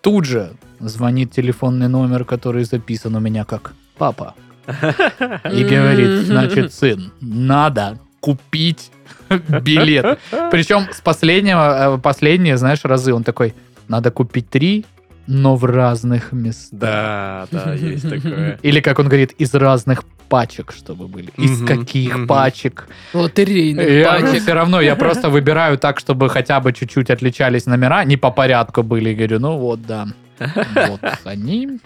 Speaker 2: Тут же звонит телефонный номер, который записан у меня как «Папа, и говорит, значит, сын, надо купить билет. Причем с последнего, э, последние, знаешь, разы он такой, надо купить три, но в разных местах.
Speaker 3: Да, да, есть такое.
Speaker 2: Или, как он говорит, из разных пачек, чтобы были. Из
Speaker 3: Мгм,
Speaker 2: каких
Speaker 3: мгм.
Speaker 2: пачек?
Speaker 1: Лотерейный
Speaker 2: Я все Э, равно, я просто выбираю так, чтобы хотя бы чуть-чуть отличались номера, не по порядку были. Говорю, ну вот, да. Вот они.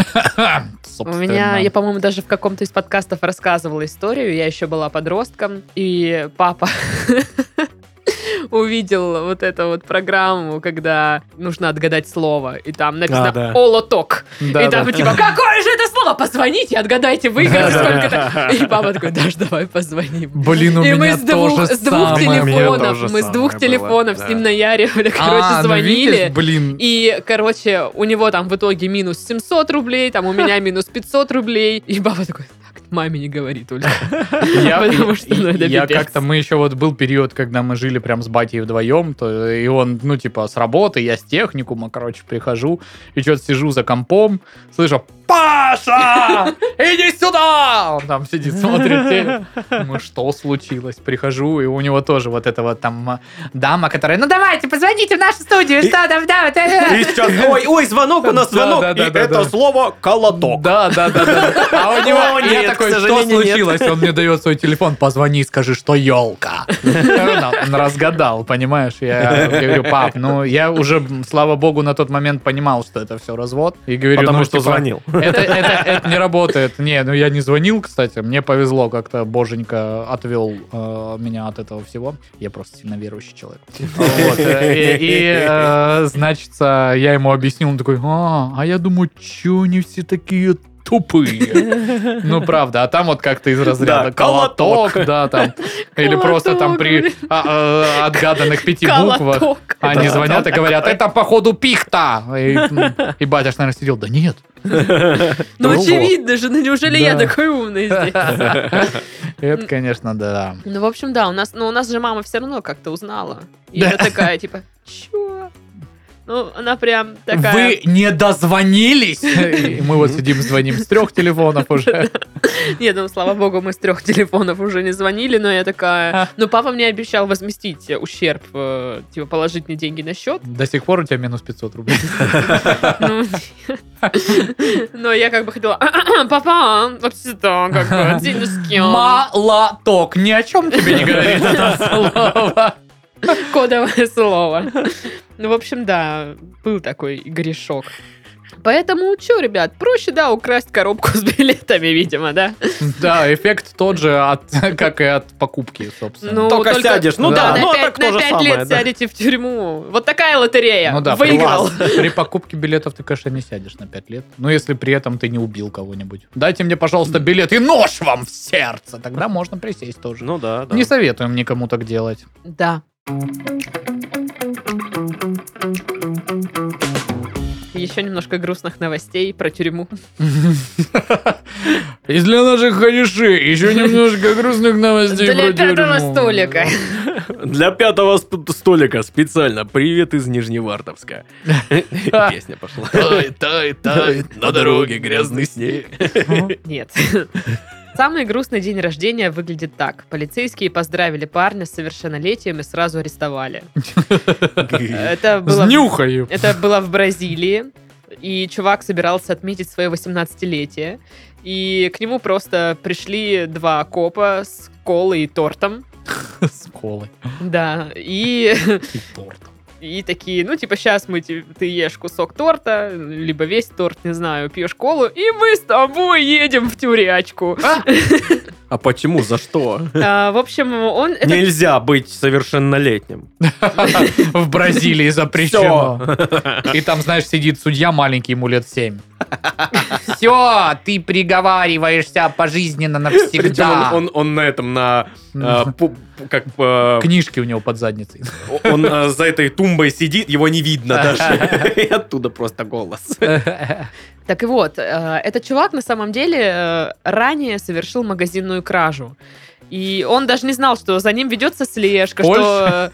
Speaker 1: У меня,
Speaker 2: Собственно.
Speaker 1: я, по-моему, даже в каком-то из подкастов рассказывала историю. Я еще была подростком, и папа увидел вот эту вот программу, когда нужно отгадать слово, и там написано
Speaker 3: А, да.
Speaker 1: «Олоток».
Speaker 2: Да,
Speaker 1: и
Speaker 2: да.
Speaker 1: там типа, какое же это слово? Позвоните, отгадайте, выиграйте сколько-то. И папа такой, Даш, давай позвоним.
Speaker 2: Блин,
Speaker 3: Ну,
Speaker 2: у
Speaker 1: и мы
Speaker 2: меня
Speaker 1: с двух,
Speaker 2: тоже
Speaker 1: с двух
Speaker 2: самое.
Speaker 3: У меня тоже
Speaker 1: телефонов, мы с
Speaker 3: самое
Speaker 1: двух
Speaker 3: было,
Speaker 1: телефонов
Speaker 3: да.
Speaker 1: с ним наяривали, короче,
Speaker 2: А, ну видишь,
Speaker 1: звонили.
Speaker 2: блин.
Speaker 1: И, короче, у него там в итоге минус 700 рублей, там у меня минус 500 рублей. И баба такой, так, маме не говори только. Потому что, ну, это
Speaker 2: я
Speaker 1: пипец.
Speaker 2: как-то, мы еще вот был период, когда мы жили прям с батей вдвоем, то, и он, ну, типа, с работы, я с техникума, короче, прихожу, и что-то сижу за компом, слышу, Паша, иди сюда! Он там сидит, смотрит телек. Думаю, что случилось? Прихожу, и у него тоже вот этого там а, дама, которая, ну, давайте, позвоните в нашу студию, что там, да, вот это».
Speaker 3: И сейчас, ой, ой, звонок, у нас
Speaker 2: Да,
Speaker 3: звонок,
Speaker 2: да,
Speaker 3: и
Speaker 2: да, да,
Speaker 3: это
Speaker 2: да.
Speaker 3: слово «колоток».
Speaker 2: Да, да, да, да. А у него
Speaker 3: О,
Speaker 2: я
Speaker 3: нет,
Speaker 2: такой,
Speaker 3: к
Speaker 2: что
Speaker 3: сожалению, нет».
Speaker 2: случилось? Он мне дает свой телефон, позвони и скажи, что елка. Он разгадал, понимаешь? Я говорю, пап, ну я уже, слава богу, на тот момент понимал, что это все развод. И говорю,
Speaker 3: Потому
Speaker 2: ну,
Speaker 3: что
Speaker 2: типа,
Speaker 3: звонил.
Speaker 2: Это, это- это не работает. Не, ну я не звонил, кстати. Мне повезло, как-то боженька отвел э, меня от этого всего. Я просто сильно верующий человек. Вот, э, И, и, э, значит, э, я ему объяснил, он такой, а, а я думаю, че они все такие тупые. Ну, правда, а там вот как-то из разряда
Speaker 3: Да, колоток.
Speaker 2: колоток, да, там, или
Speaker 1: Колоток,
Speaker 2: просто там при
Speaker 1: блин.
Speaker 2: а, э, отгаданных пяти буквах
Speaker 1: Колоток.
Speaker 2: они
Speaker 3: Да,
Speaker 2: звонят и
Speaker 3: там
Speaker 2: говорят, это походу пихта. И, м, и батя ж, наверное, сидел, да нет.
Speaker 1: Ну,
Speaker 2: Другого.
Speaker 1: очевидно же, ну неужели я
Speaker 2: Да.
Speaker 1: такой умный здесь?
Speaker 2: Это, конечно, да.
Speaker 1: Ну, в общем, да, у нас, но у нас же мама все равно как-то узнала. И
Speaker 2: Да.
Speaker 1: она такая, типа, чё? Ну, она прям такая...
Speaker 2: Вы не дозвонились? И мы вот сидим, звоним с трех телефонов уже.
Speaker 1: Нет, ну, слава богу, мы с трех телефонов уже не звонили, но я
Speaker 2: А.
Speaker 1: такая... Ну, папа мне обещал возместить ущерб, э, типа, положить мне деньги на счет.
Speaker 2: До сих пор у тебя минус 500 рублей.
Speaker 1: Ну, нет. Но я как бы хотела... Папа, вообще-то, как бы, денежки.
Speaker 2: Молоток. Ни о чем тебе не говорит это слово.
Speaker 1: Кодовое слово. Ну, в общем, да, был такой грешок. Поэтому что, ребят, проще, да, украсть коробку с билетами, видимо, да?
Speaker 2: Да, эффект тот же, от- как и от покупки, собственно.
Speaker 1: Ну,
Speaker 3: Только сядешь. Ну да,
Speaker 1: на
Speaker 3: ну,
Speaker 1: пять-
Speaker 3: так
Speaker 1: на
Speaker 3: то же
Speaker 1: пять
Speaker 3: самое,
Speaker 1: лет
Speaker 3: да.
Speaker 1: сядете в тюрьму. Вот такая лотерея.
Speaker 2: Ну да,
Speaker 1: Выиграл.
Speaker 2: При, при покупке билетов ты, конечно, не сядешь на 5 лет. Ну, если при этом ты не убил кого-нибудь. Дайте мне, пожалуйста, билет и нож вам в сердце. Тогда можно присесть тоже.
Speaker 3: Ну да, да.
Speaker 2: Не советуем никому так делать.
Speaker 1: Да. Еще немножко грустных новостей про тюрьму.
Speaker 2: Из для наших ханишей еще немножко грустных новостей.
Speaker 1: Для
Speaker 2: про тюрьму.
Speaker 1: пятого столика.
Speaker 3: Для пятого сп- столика специально «Привет из Нижневартовска». Песня пошла. Тает, тает, тает, на дороге грязный снег.
Speaker 1: Нет. Самый грустный день рождения выглядит так. Полицейские поздравили парня с совершеннолетием и сразу арестовали.
Speaker 3: А
Speaker 1: Это было,
Speaker 2: Снюхаю.
Speaker 1: это было в Бразилии. И чувак собирался отметить свое 18-летие. И к нему просто пришли два копа с колой и тортом.
Speaker 2: С колой
Speaker 1: Да, и,
Speaker 2: и тортом.
Speaker 1: и такие, ну, типа, сейчас мы, те- ты ешь кусок торта, либо весь торт, не знаю, пьешь колу, и мы с тобой едем в тюрячку.
Speaker 3: А почему? За что?
Speaker 1: А, в общем, он... это-
Speaker 3: Нельзя быть совершеннолетним.
Speaker 2: В Бразилии запрещено. И там, знаешь, сидит судья маленький, ему лет 7. Все, ты приговариваешься пожизненно
Speaker 3: Причем
Speaker 2: навсегда.
Speaker 3: он- он он на этом, на...
Speaker 2: а,
Speaker 3: э, пу- пу- Как э,
Speaker 2: Книжки у него под задницей.
Speaker 3: он э, за этой тумбой сидит, его не видно даже. И оттуда просто голос.
Speaker 1: Так и вот, э, этот чувак на самом деле э, ранее совершил магазинную кражу. И он даже не знал, что за ним ведется слежка, что...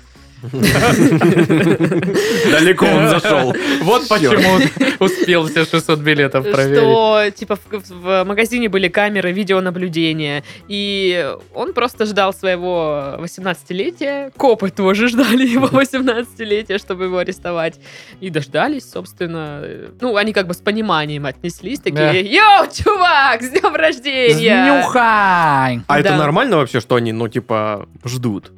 Speaker 3: Далеко он зашел.
Speaker 2: Вот почему успел все 600 билетов проверить.
Speaker 1: э, что типа в, в магазине были камеры видеонаблюдения, и он просто ждал своего 18-летия. Копы тоже ждали его 18-летия, чтобы его арестовать. И дождались, собственно. Ну, они как бы с пониманием отнеслись,
Speaker 2: Да.
Speaker 1: такие, йоу, чувак, с днем рождения!
Speaker 2: Снюхай!
Speaker 3: А это
Speaker 1: Да.
Speaker 3: нормально вообще, что они, ну, типа, ждут,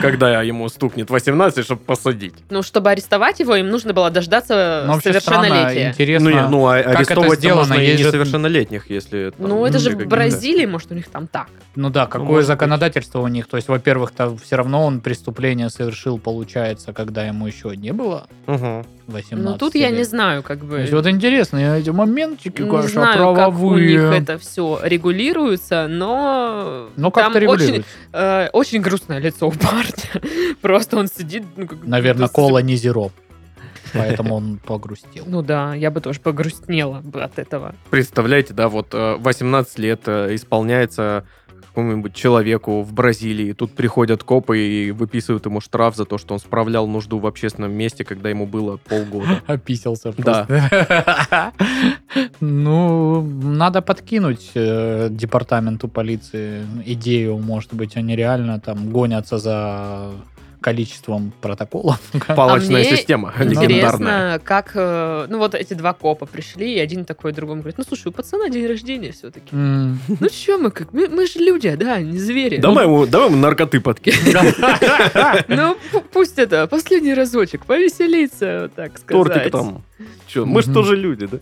Speaker 3: когда ему стукнет 18, чтобы посадить.
Speaker 1: Ну, чтобы арестовать его, им нужно было дождаться
Speaker 2: Ну, вообще странно,
Speaker 1: совершеннолетия.
Speaker 2: интересно.
Speaker 3: Ну, не, ну, а
Speaker 2: это
Speaker 3: арестовывать
Speaker 2: сделано?
Speaker 3: можно и
Speaker 2: Есть же-
Speaker 3: несовершеннолетних, если... там,
Speaker 1: Ну, это же
Speaker 3: какие-то-
Speaker 1: в Бразилии, может, у них там так.
Speaker 2: Ну да,
Speaker 3: Ну, может
Speaker 2: какое
Speaker 3: быть.
Speaker 2: законодательство у них? То есть, во-первых, то все равно он преступление совершил, получается, когда ему еще не было
Speaker 3: Мгм.
Speaker 2: 18
Speaker 1: Ну, тут я
Speaker 2: лет.
Speaker 1: не знаю, как
Speaker 2: То
Speaker 1: бы...
Speaker 2: есть, вот интересно, я эти моментики,
Speaker 1: Не
Speaker 2: конечно,
Speaker 1: знаю, как у
Speaker 2: правовые.
Speaker 1: них это все регулируется, но
Speaker 2: Ну,
Speaker 1: там
Speaker 2: как-то
Speaker 1: очень,
Speaker 2: регулируется.
Speaker 1: э, очень грустное лицо у парня. Просто он сидит... ну, как-
Speaker 2: Наверное,
Speaker 1: ну, с-
Speaker 2: кола не зеро. Поэтому он погрустил.
Speaker 1: Ну да, я бы тоже погрустнела бы от этого.
Speaker 3: Представляете, да, вот э, 18 лет э, исполняется какому-нибудь человеку в Бразилии. Тут приходят копы и выписывают ему штраф за то, что он справлял нужду в общественном месте, когда ему было полгода.
Speaker 2: Описался просто. Ну, надо подкинуть э, департаменту полиции идею, может быть, они реально там гонятся за количеством протоколов.
Speaker 3: Палочная
Speaker 1: мне
Speaker 3: система легендарная.
Speaker 1: Интересно, как... э, ну вот эти два копа пришли, и один такой другому говорит, ну слушай, у пацана день рождения все-таки.
Speaker 2: М.
Speaker 1: Ну че мы как? Мы, мы же люди, да, а не звери.
Speaker 3: Давай ему, давай ему наркоты подкинем.
Speaker 1: Ну пу- пусть это последний разочек, повеселиться, так сказать.
Speaker 3: Тортик там. Че, мы же
Speaker 2: Мгм.
Speaker 3: тоже люди, да?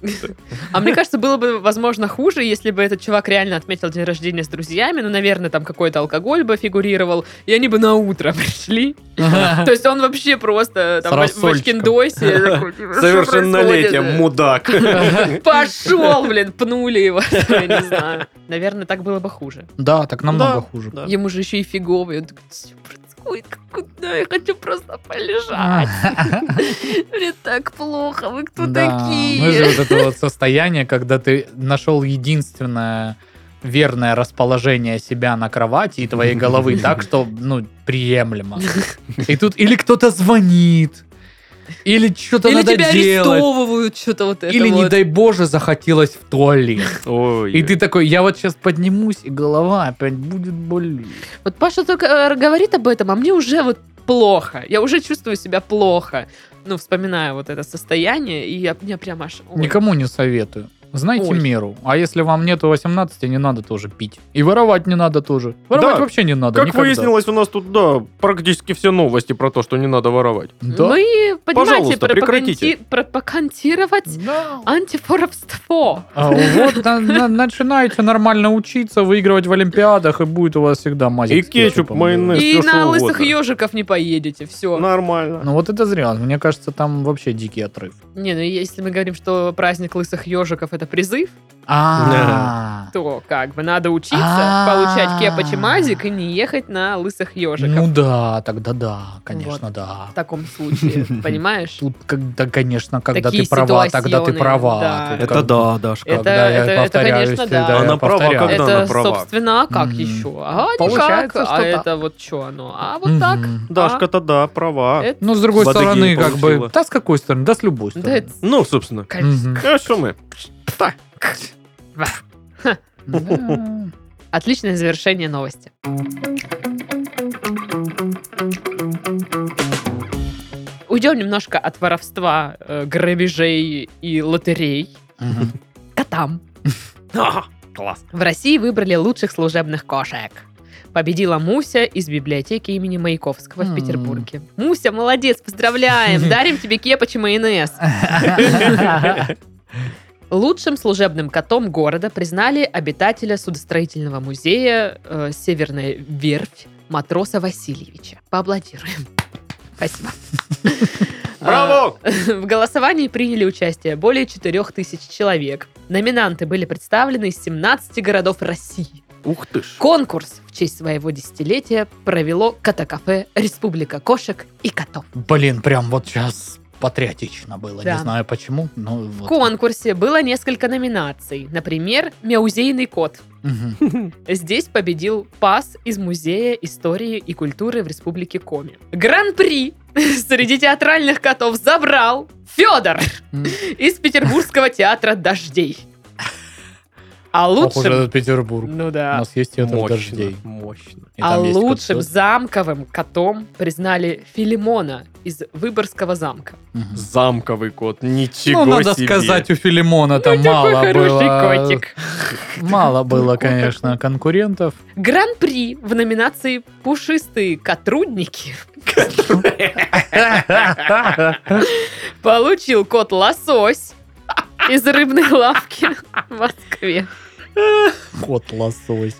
Speaker 1: А мне кажется, было бы, возможно, хуже, если бы этот чувак реально отметил день рождения с друзьями, ну, наверное, там какой-то алкоголь бы фигурировал, и они бы на утро пришли. То есть он вообще просто
Speaker 2: С
Speaker 1: там в- в
Speaker 2: рассольчиком.
Speaker 1: очкиндосе. такой, типа, «Что
Speaker 3: Совершеннолетие,
Speaker 1: происходит?»
Speaker 3: мудак.
Speaker 1: Пошел, блин, пнули его, я не знаю. Наверное, так было бы хуже.
Speaker 2: Да, так намного
Speaker 3: Да,
Speaker 2: хуже.
Speaker 3: да.
Speaker 1: Ему же еще и фиговый. Он такой, «Всё происходит, как куда? Я хочу просто
Speaker 2: А.
Speaker 1: полежать. Мне так плохо, вы кто
Speaker 2: Да,
Speaker 1: такие?
Speaker 2: мы же вот это вот состояние, когда ты нашел единственное верное расположение себя на кровати и твоей головы так, что, ну, приемлемо. И тут или кто-то звонит, или что-то
Speaker 1: Или
Speaker 2: надо
Speaker 1: тебя
Speaker 2: делать,
Speaker 1: арестовывают, что-то вот это
Speaker 2: или, не
Speaker 1: вот.
Speaker 2: дай боже, захотелось в туалет.
Speaker 3: Ой.
Speaker 2: И ты такой, я вот сейчас поднимусь, и голова опять будет болеть.
Speaker 1: Вот Паша только э, говорит об этом, а мне уже вот плохо. Я уже чувствую себя плохо. Ну, вспоминаю вот это состояние, и я, мне прям аж... ой.
Speaker 2: Никому не советую. Знайте
Speaker 1: Ой.
Speaker 2: меру. А если вам нету 18, не надо тоже пить. И воровать не надо тоже. Воровать
Speaker 3: Да.
Speaker 2: вообще не надо.
Speaker 3: Как
Speaker 2: никогда.
Speaker 3: выяснилось, у нас тут, да, практически все новости про то, что не надо воровать.
Speaker 2: Да.
Speaker 1: Вы, Ну понимаете,
Speaker 3: Пожалуйста, прекратите.
Speaker 1: пропаганди- пропагандировать антифоровство.
Speaker 2: А Вот на- на- начинаете нормально учиться, выигрывать в Олимпиадах, и будет у вас всегда мазик.
Speaker 3: И
Speaker 2: с
Speaker 3: кетчуп,
Speaker 2: кетчупом.
Speaker 3: майонез.
Speaker 1: И
Speaker 3: всё,
Speaker 1: на
Speaker 3: что
Speaker 1: лысых
Speaker 3: угодно.
Speaker 1: ежиков не поедете, все.
Speaker 3: Нормально.
Speaker 2: Ну вот это зря. Мне кажется, там вообще дикий отрыв.
Speaker 1: Не, ну если мы говорим, что праздник лысых ежиков это призыв,
Speaker 2: А,
Speaker 1: то как бы надо учиться,
Speaker 2: А-а-а.
Speaker 1: получать кепоч и мазик и не ехать на лысых ежиков.
Speaker 2: ну да, тогда да, конечно, да.
Speaker 1: В таком случае, понимаешь?
Speaker 2: Тут, когда, конечно, когда
Speaker 1: Такие
Speaker 2: ты права, тогда ты
Speaker 1: ситуационные,
Speaker 2: права.
Speaker 1: да.
Speaker 2: Тут
Speaker 3: Это
Speaker 2: как-
Speaker 3: да, Дашка.
Speaker 1: Это-
Speaker 2: Когда я
Speaker 1: это,
Speaker 2: повторяюсь,
Speaker 1: конечно,
Speaker 2: всегда
Speaker 1: да.
Speaker 2: я
Speaker 3: Она права,
Speaker 2: повторяюсь.
Speaker 3: когда-
Speaker 1: Это,
Speaker 3: она права.
Speaker 1: собственно, а как
Speaker 2: Мгм.
Speaker 1: еще? Ага, никак.
Speaker 2: Получается,
Speaker 1: А
Speaker 2: что так.
Speaker 1: это вот что оно? А вот так.
Speaker 2: Мгм.
Speaker 3: Дашка-то да, права.
Speaker 1: Это-
Speaker 2: Ну, с другой
Speaker 3: Бадыги
Speaker 2: стороны, как
Speaker 3: получила.
Speaker 2: бы... Да с какой стороны? Да с любой
Speaker 1: Да
Speaker 2: стороны.
Speaker 1: это...
Speaker 3: Ну, собственно.
Speaker 2: Мгм.
Speaker 3: А что мы?
Speaker 2: Да.
Speaker 1: Отличное завершение новости. Уйдем немножко от воровства, э, грабежей и лотерей
Speaker 2: Мгм.
Speaker 1: к котам.
Speaker 3: Ага, Класс.
Speaker 1: В России выбрали лучших служебных кошек. Победила Муся из библиотеки имени Маяковского в
Speaker 2: М.
Speaker 1: Петербурге. Муся, молодец, поздравляем! Дарим тебе кепоч и майонез. Лучшим служебным котом города признали обитателя судостроительного музея э, Северная Верфь матроса Васильевича. Поаплодируем. Спасибо. Э,
Speaker 3: А, Браво!
Speaker 1: В голосовании приняли участие более 4000 человек. Номинанты были представлены из 17 городов России.
Speaker 3: Ух ты ж.
Speaker 1: Конкурс в честь своего десятилетия провело Котокафе «Республика кошек и котов».
Speaker 2: Блин, прям вот сейчас патриотично было.
Speaker 1: Да.
Speaker 2: Не знаю почему, но
Speaker 1: В
Speaker 2: вот.
Speaker 1: конкурсе было несколько номинаций. Например, «Мяузейный кот»,
Speaker 2: Мгм.
Speaker 1: Здесь победил пас из Музея истории и культуры в Республике Коми. Гран-при среди театральных котов забрал Федор
Speaker 2: М.
Speaker 1: из Петербургского театра дождей. А
Speaker 2: Похоже,
Speaker 1: лучшим...
Speaker 2: этот Петербург.
Speaker 1: Ну
Speaker 2: У
Speaker 1: да.
Speaker 2: нас есть театр
Speaker 3: Мощно,
Speaker 2: дождей.
Speaker 3: Мощно.
Speaker 2: И
Speaker 1: А
Speaker 2: там есть
Speaker 1: лучшим
Speaker 2: кот-кот.
Speaker 1: замковым котом признали Филимона из Выборгского замка.
Speaker 2: Мгм.
Speaker 3: Замковый кот. Ничего
Speaker 2: Ну, надо
Speaker 3: себе.
Speaker 2: сказать, у Филимона там
Speaker 1: Ну, Такой
Speaker 2: мало
Speaker 1: хороший
Speaker 2: было
Speaker 1: котик.
Speaker 2: Мало было, конечно, конкурентов.
Speaker 1: Гран-при в номинации «Пушистые котрудники» получил кот Лосось из рыбной лавки в Москве.
Speaker 2: Кот лосось.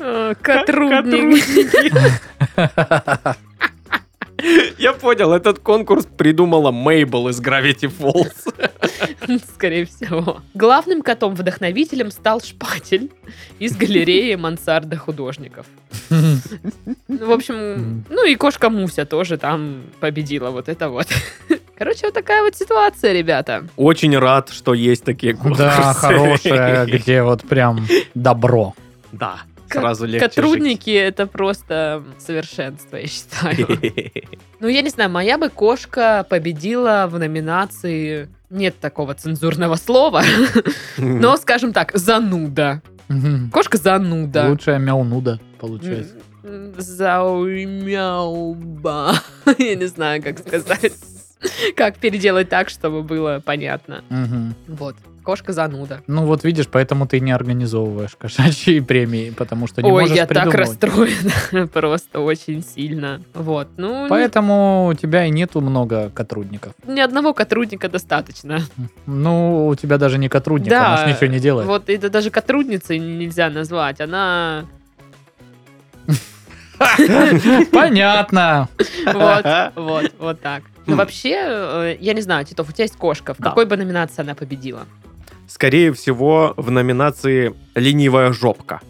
Speaker 1: Э, Котрудник.
Speaker 3: Я понял, этот конкурс придумала Мейбл из Gravity Falls.
Speaker 1: Скорее всего. Главным котом-вдохновителем стал шпатель из галереи мансарда художников. Ну, В общем,
Speaker 2: Мгм.
Speaker 1: ну и кошка Муся тоже там победила вот это вот. Короче, вот такая вот ситуация, ребята.
Speaker 3: Очень рад, что есть такие конкурсы.
Speaker 2: Да, хорошая, где вот прям добро.
Speaker 3: Да,
Speaker 1: Ко-
Speaker 3: сразу легче
Speaker 1: Котрудники — это просто совершенство, я считаю.
Speaker 3: жить.
Speaker 1: Ну, я не знаю, моя бы кошка победила в номинации... Нет такого цензурного слова, но, скажем так, зануда.
Speaker 2: Мгм.
Speaker 1: Кошка зануда.
Speaker 2: Лучшая мяунуда получается.
Speaker 1: Заумяуба. Я не знаю, как сказать. Как переделать так, чтобы было понятно.
Speaker 2: Мгм.
Speaker 1: Вот. Кошка зануда.
Speaker 2: Ну вот видишь, поэтому ты не организовываешь кошачьи премии, потому что не
Speaker 1: Ой,
Speaker 2: можешь
Speaker 1: я так
Speaker 2: придумывать.
Speaker 1: расстроена. Просто очень сильно. Вот. Ну,
Speaker 2: Поэтому у тебя и нету много котрудников.
Speaker 1: ни, ни одного котрудника достаточно.
Speaker 2: Ну, у тебя даже не котрудник,
Speaker 1: Да.
Speaker 2: она ж ничего не делает.
Speaker 1: Вот это даже котрудницей нельзя назвать. Она...
Speaker 2: Понятно.
Speaker 1: Вот, вот, вот так. Ну, вообще, э, я не знаю, Титов, у тебя есть кошка. В
Speaker 3: Да.
Speaker 1: какой бы номинации она победила?
Speaker 3: Скорее всего, в номинации «Ленивая жопка».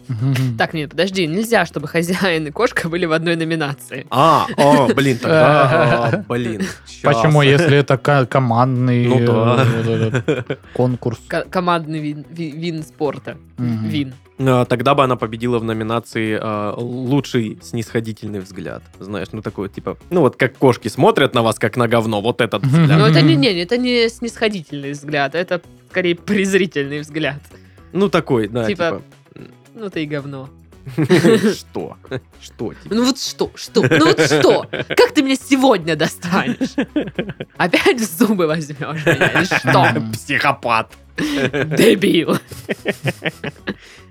Speaker 1: Так, нет, подожди, нельзя, чтобы хозяин и кошка были в одной номинации.
Speaker 3: А, о, блин, тогда, а, блин. щас.
Speaker 2: Почему, если это ко- командный
Speaker 3: Ну да.
Speaker 2: э, вот этот конкурс?
Speaker 1: Ко- командный вин, ви- вин спорта.
Speaker 2: Мгм.
Speaker 1: Вин.
Speaker 3: Э, Тогда бы она победила в номинации э, «Лучший снисходительный взгляд». Знаешь, ну такой вот, типа, ну вот как кошки смотрят на вас, как на говно, вот этот
Speaker 2: Мгм.
Speaker 1: Но
Speaker 3: взгляд.
Speaker 1: Ну, это не, не, это не снисходительный взгляд, это скорее презрительный взгляд.
Speaker 3: Ну такой, да,
Speaker 1: Типа,
Speaker 3: типа,
Speaker 1: Ну ты и говно.
Speaker 3: что? Что? типа?
Speaker 1: Ну вот что, что, ну вот что? Как ты меня сегодня достанешь? Опять в зубы возьмешь меня, или что?
Speaker 2: Мгм.
Speaker 3: Психопат.
Speaker 1: Дебил.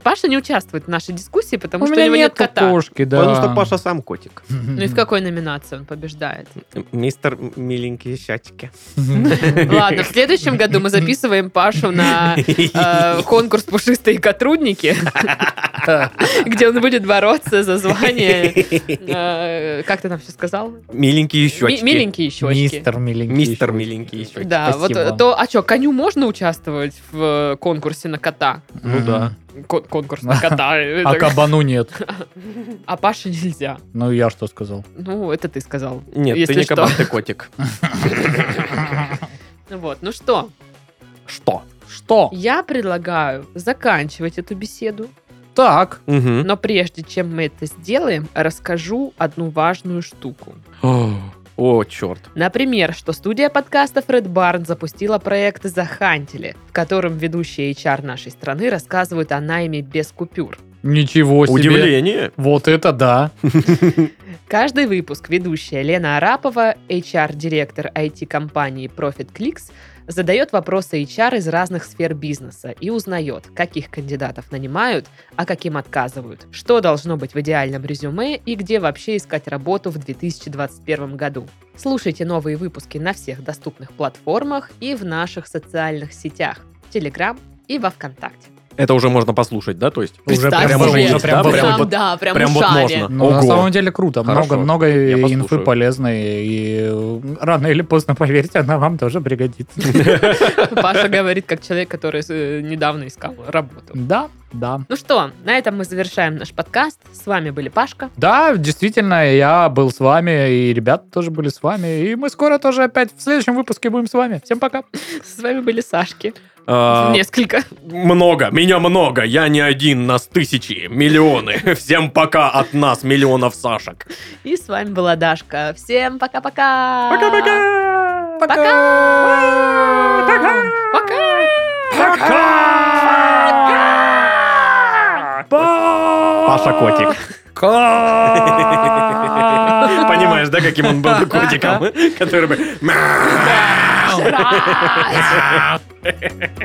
Speaker 1: Паша не участвует в нашей дискуссии, потому
Speaker 2: У
Speaker 1: что у
Speaker 2: меня
Speaker 1: него нет
Speaker 2: нет
Speaker 1: кота.
Speaker 2: кошки, да.
Speaker 3: Потому что Паша сам котик.
Speaker 1: Ну и в какой номинации он побеждает?
Speaker 3: Мистер миленькие щечки.
Speaker 1: Ладно, в следующем году мы записываем Пашу на э, конкурс «Пушистые котрудники», где он будет бороться за звание... э, Как ты там все сказал? Ми-
Speaker 3: Миленькие щечки.
Speaker 1: Миленькие щечки.
Speaker 2: Мистер миленький.
Speaker 3: Мистер
Speaker 2: щёчки.
Speaker 3: миленькие щечки.
Speaker 1: Да, вот
Speaker 2: Спасибо.
Speaker 1: э, то, а что, коню можно участвовать в э, конкурсе на кота?
Speaker 3: Ну да.
Speaker 1: Кон- Конкурс на кота.
Speaker 2: Мгм. А
Speaker 1: это-
Speaker 2: кабану нет.
Speaker 1: А Паше нельзя.
Speaker 2: Ну я что сказал?
Speaker 1: Ну, это ты сказал.
Speaker 3: Нет,
Speaker 1: Если
Speaker 3: ты не
Speaker 1: что.
Speaker 3: кабан, ты котик.
Speaker 1: Вот, ну что,
Speaker 3: Что?
Speaker 2: Что?
Speaker 1: я предлагаю заканчивать эту беседу.
Speaker 2: Так.
Speaker 3: Мгм.
Speaker 1: Но прежде чем мы это сделаем, расскажу одну важную штуку.
Speaker 3: О, черт.
Speaker 1: Например, что студия подкастов Red Barn запустила проект «Захантили», в котором ведущие HR нашей страны рассказывают о найме без купюр.
Speaker 2: Ничего себе.
Speaker 3: Удивление.
Speaker 2: Вот это да.
Speaker 1: Каждый выпуск ведущая Лена Арапова, HR-директор IT-компании ProfitClicks, задает вопросы HR из разных сфер бизнеса и узнает, каких кандидатов нанимают, а каким отказывают, что должно быть в идеальном резюме и где вообще искать работу в 2021 году. Слушайте новые выпуски на всех доступных платформах и в наших социальных сетях в Telegram и во ВКонтакте.
Speaker 3: Это уже можно послушать, да? То есть
Speaker 2: Уже
Speaker 1: Представь
Speaker 2: прям
Speaker 1: себе.
Speaker 2: уже есть, да?
Speaker 3: Прям
Speaker 2: Прям
Speaker 3: вот-
Speaker 1: да, прям,
Speaker 3: прям вот
Speaker 1: ушами.
Speaker 3: можно.
Speaker 2: Ну, на
Speaker 3: Ого.
Speaker 2: самом деле круто.
Speaker 3: Хорошо.
Speaker 2: Много, много
Speaker 3: Я
Speaker 2: инфы
Speaker 3: послушаю.
Speaker 2: полезной. И э, рано или поздно, поверьте, она вам тоже пригодится.
Speaker 1: Паша говорит, как человек, который э, недавно искал работу.
Speaker 2: Да, да.
Speaker 1: Ну что, на этом мы завершаем наш подкаст. С вами были Пашка.
Speaker 2: Да, действительно, я был с вами, и ребята тоже были с вами. И мы скоро тоже опять в следующем выпуске будем с вами. Всем пока.
Speaker 1: С вами были Сашки.
Speaker 3: а,
Speaker 1: Несколько.
Speaker 3: много, меня много, я не один, нас тысячи, миллионы. Всем пока от нас, миллионов Сашек.
Speaker 1: И с вами была Дашка. Всем пока-пока.
Speaker 3: Пока-пока.
Speaker 1: Пока. Пока.
Speaker 3: Пока. Паша котик.
Speaker 2: А.
Speaker 3: Понимаешь, да, каким он был бы котиком? Который бы...
Speaker 1: Жрать.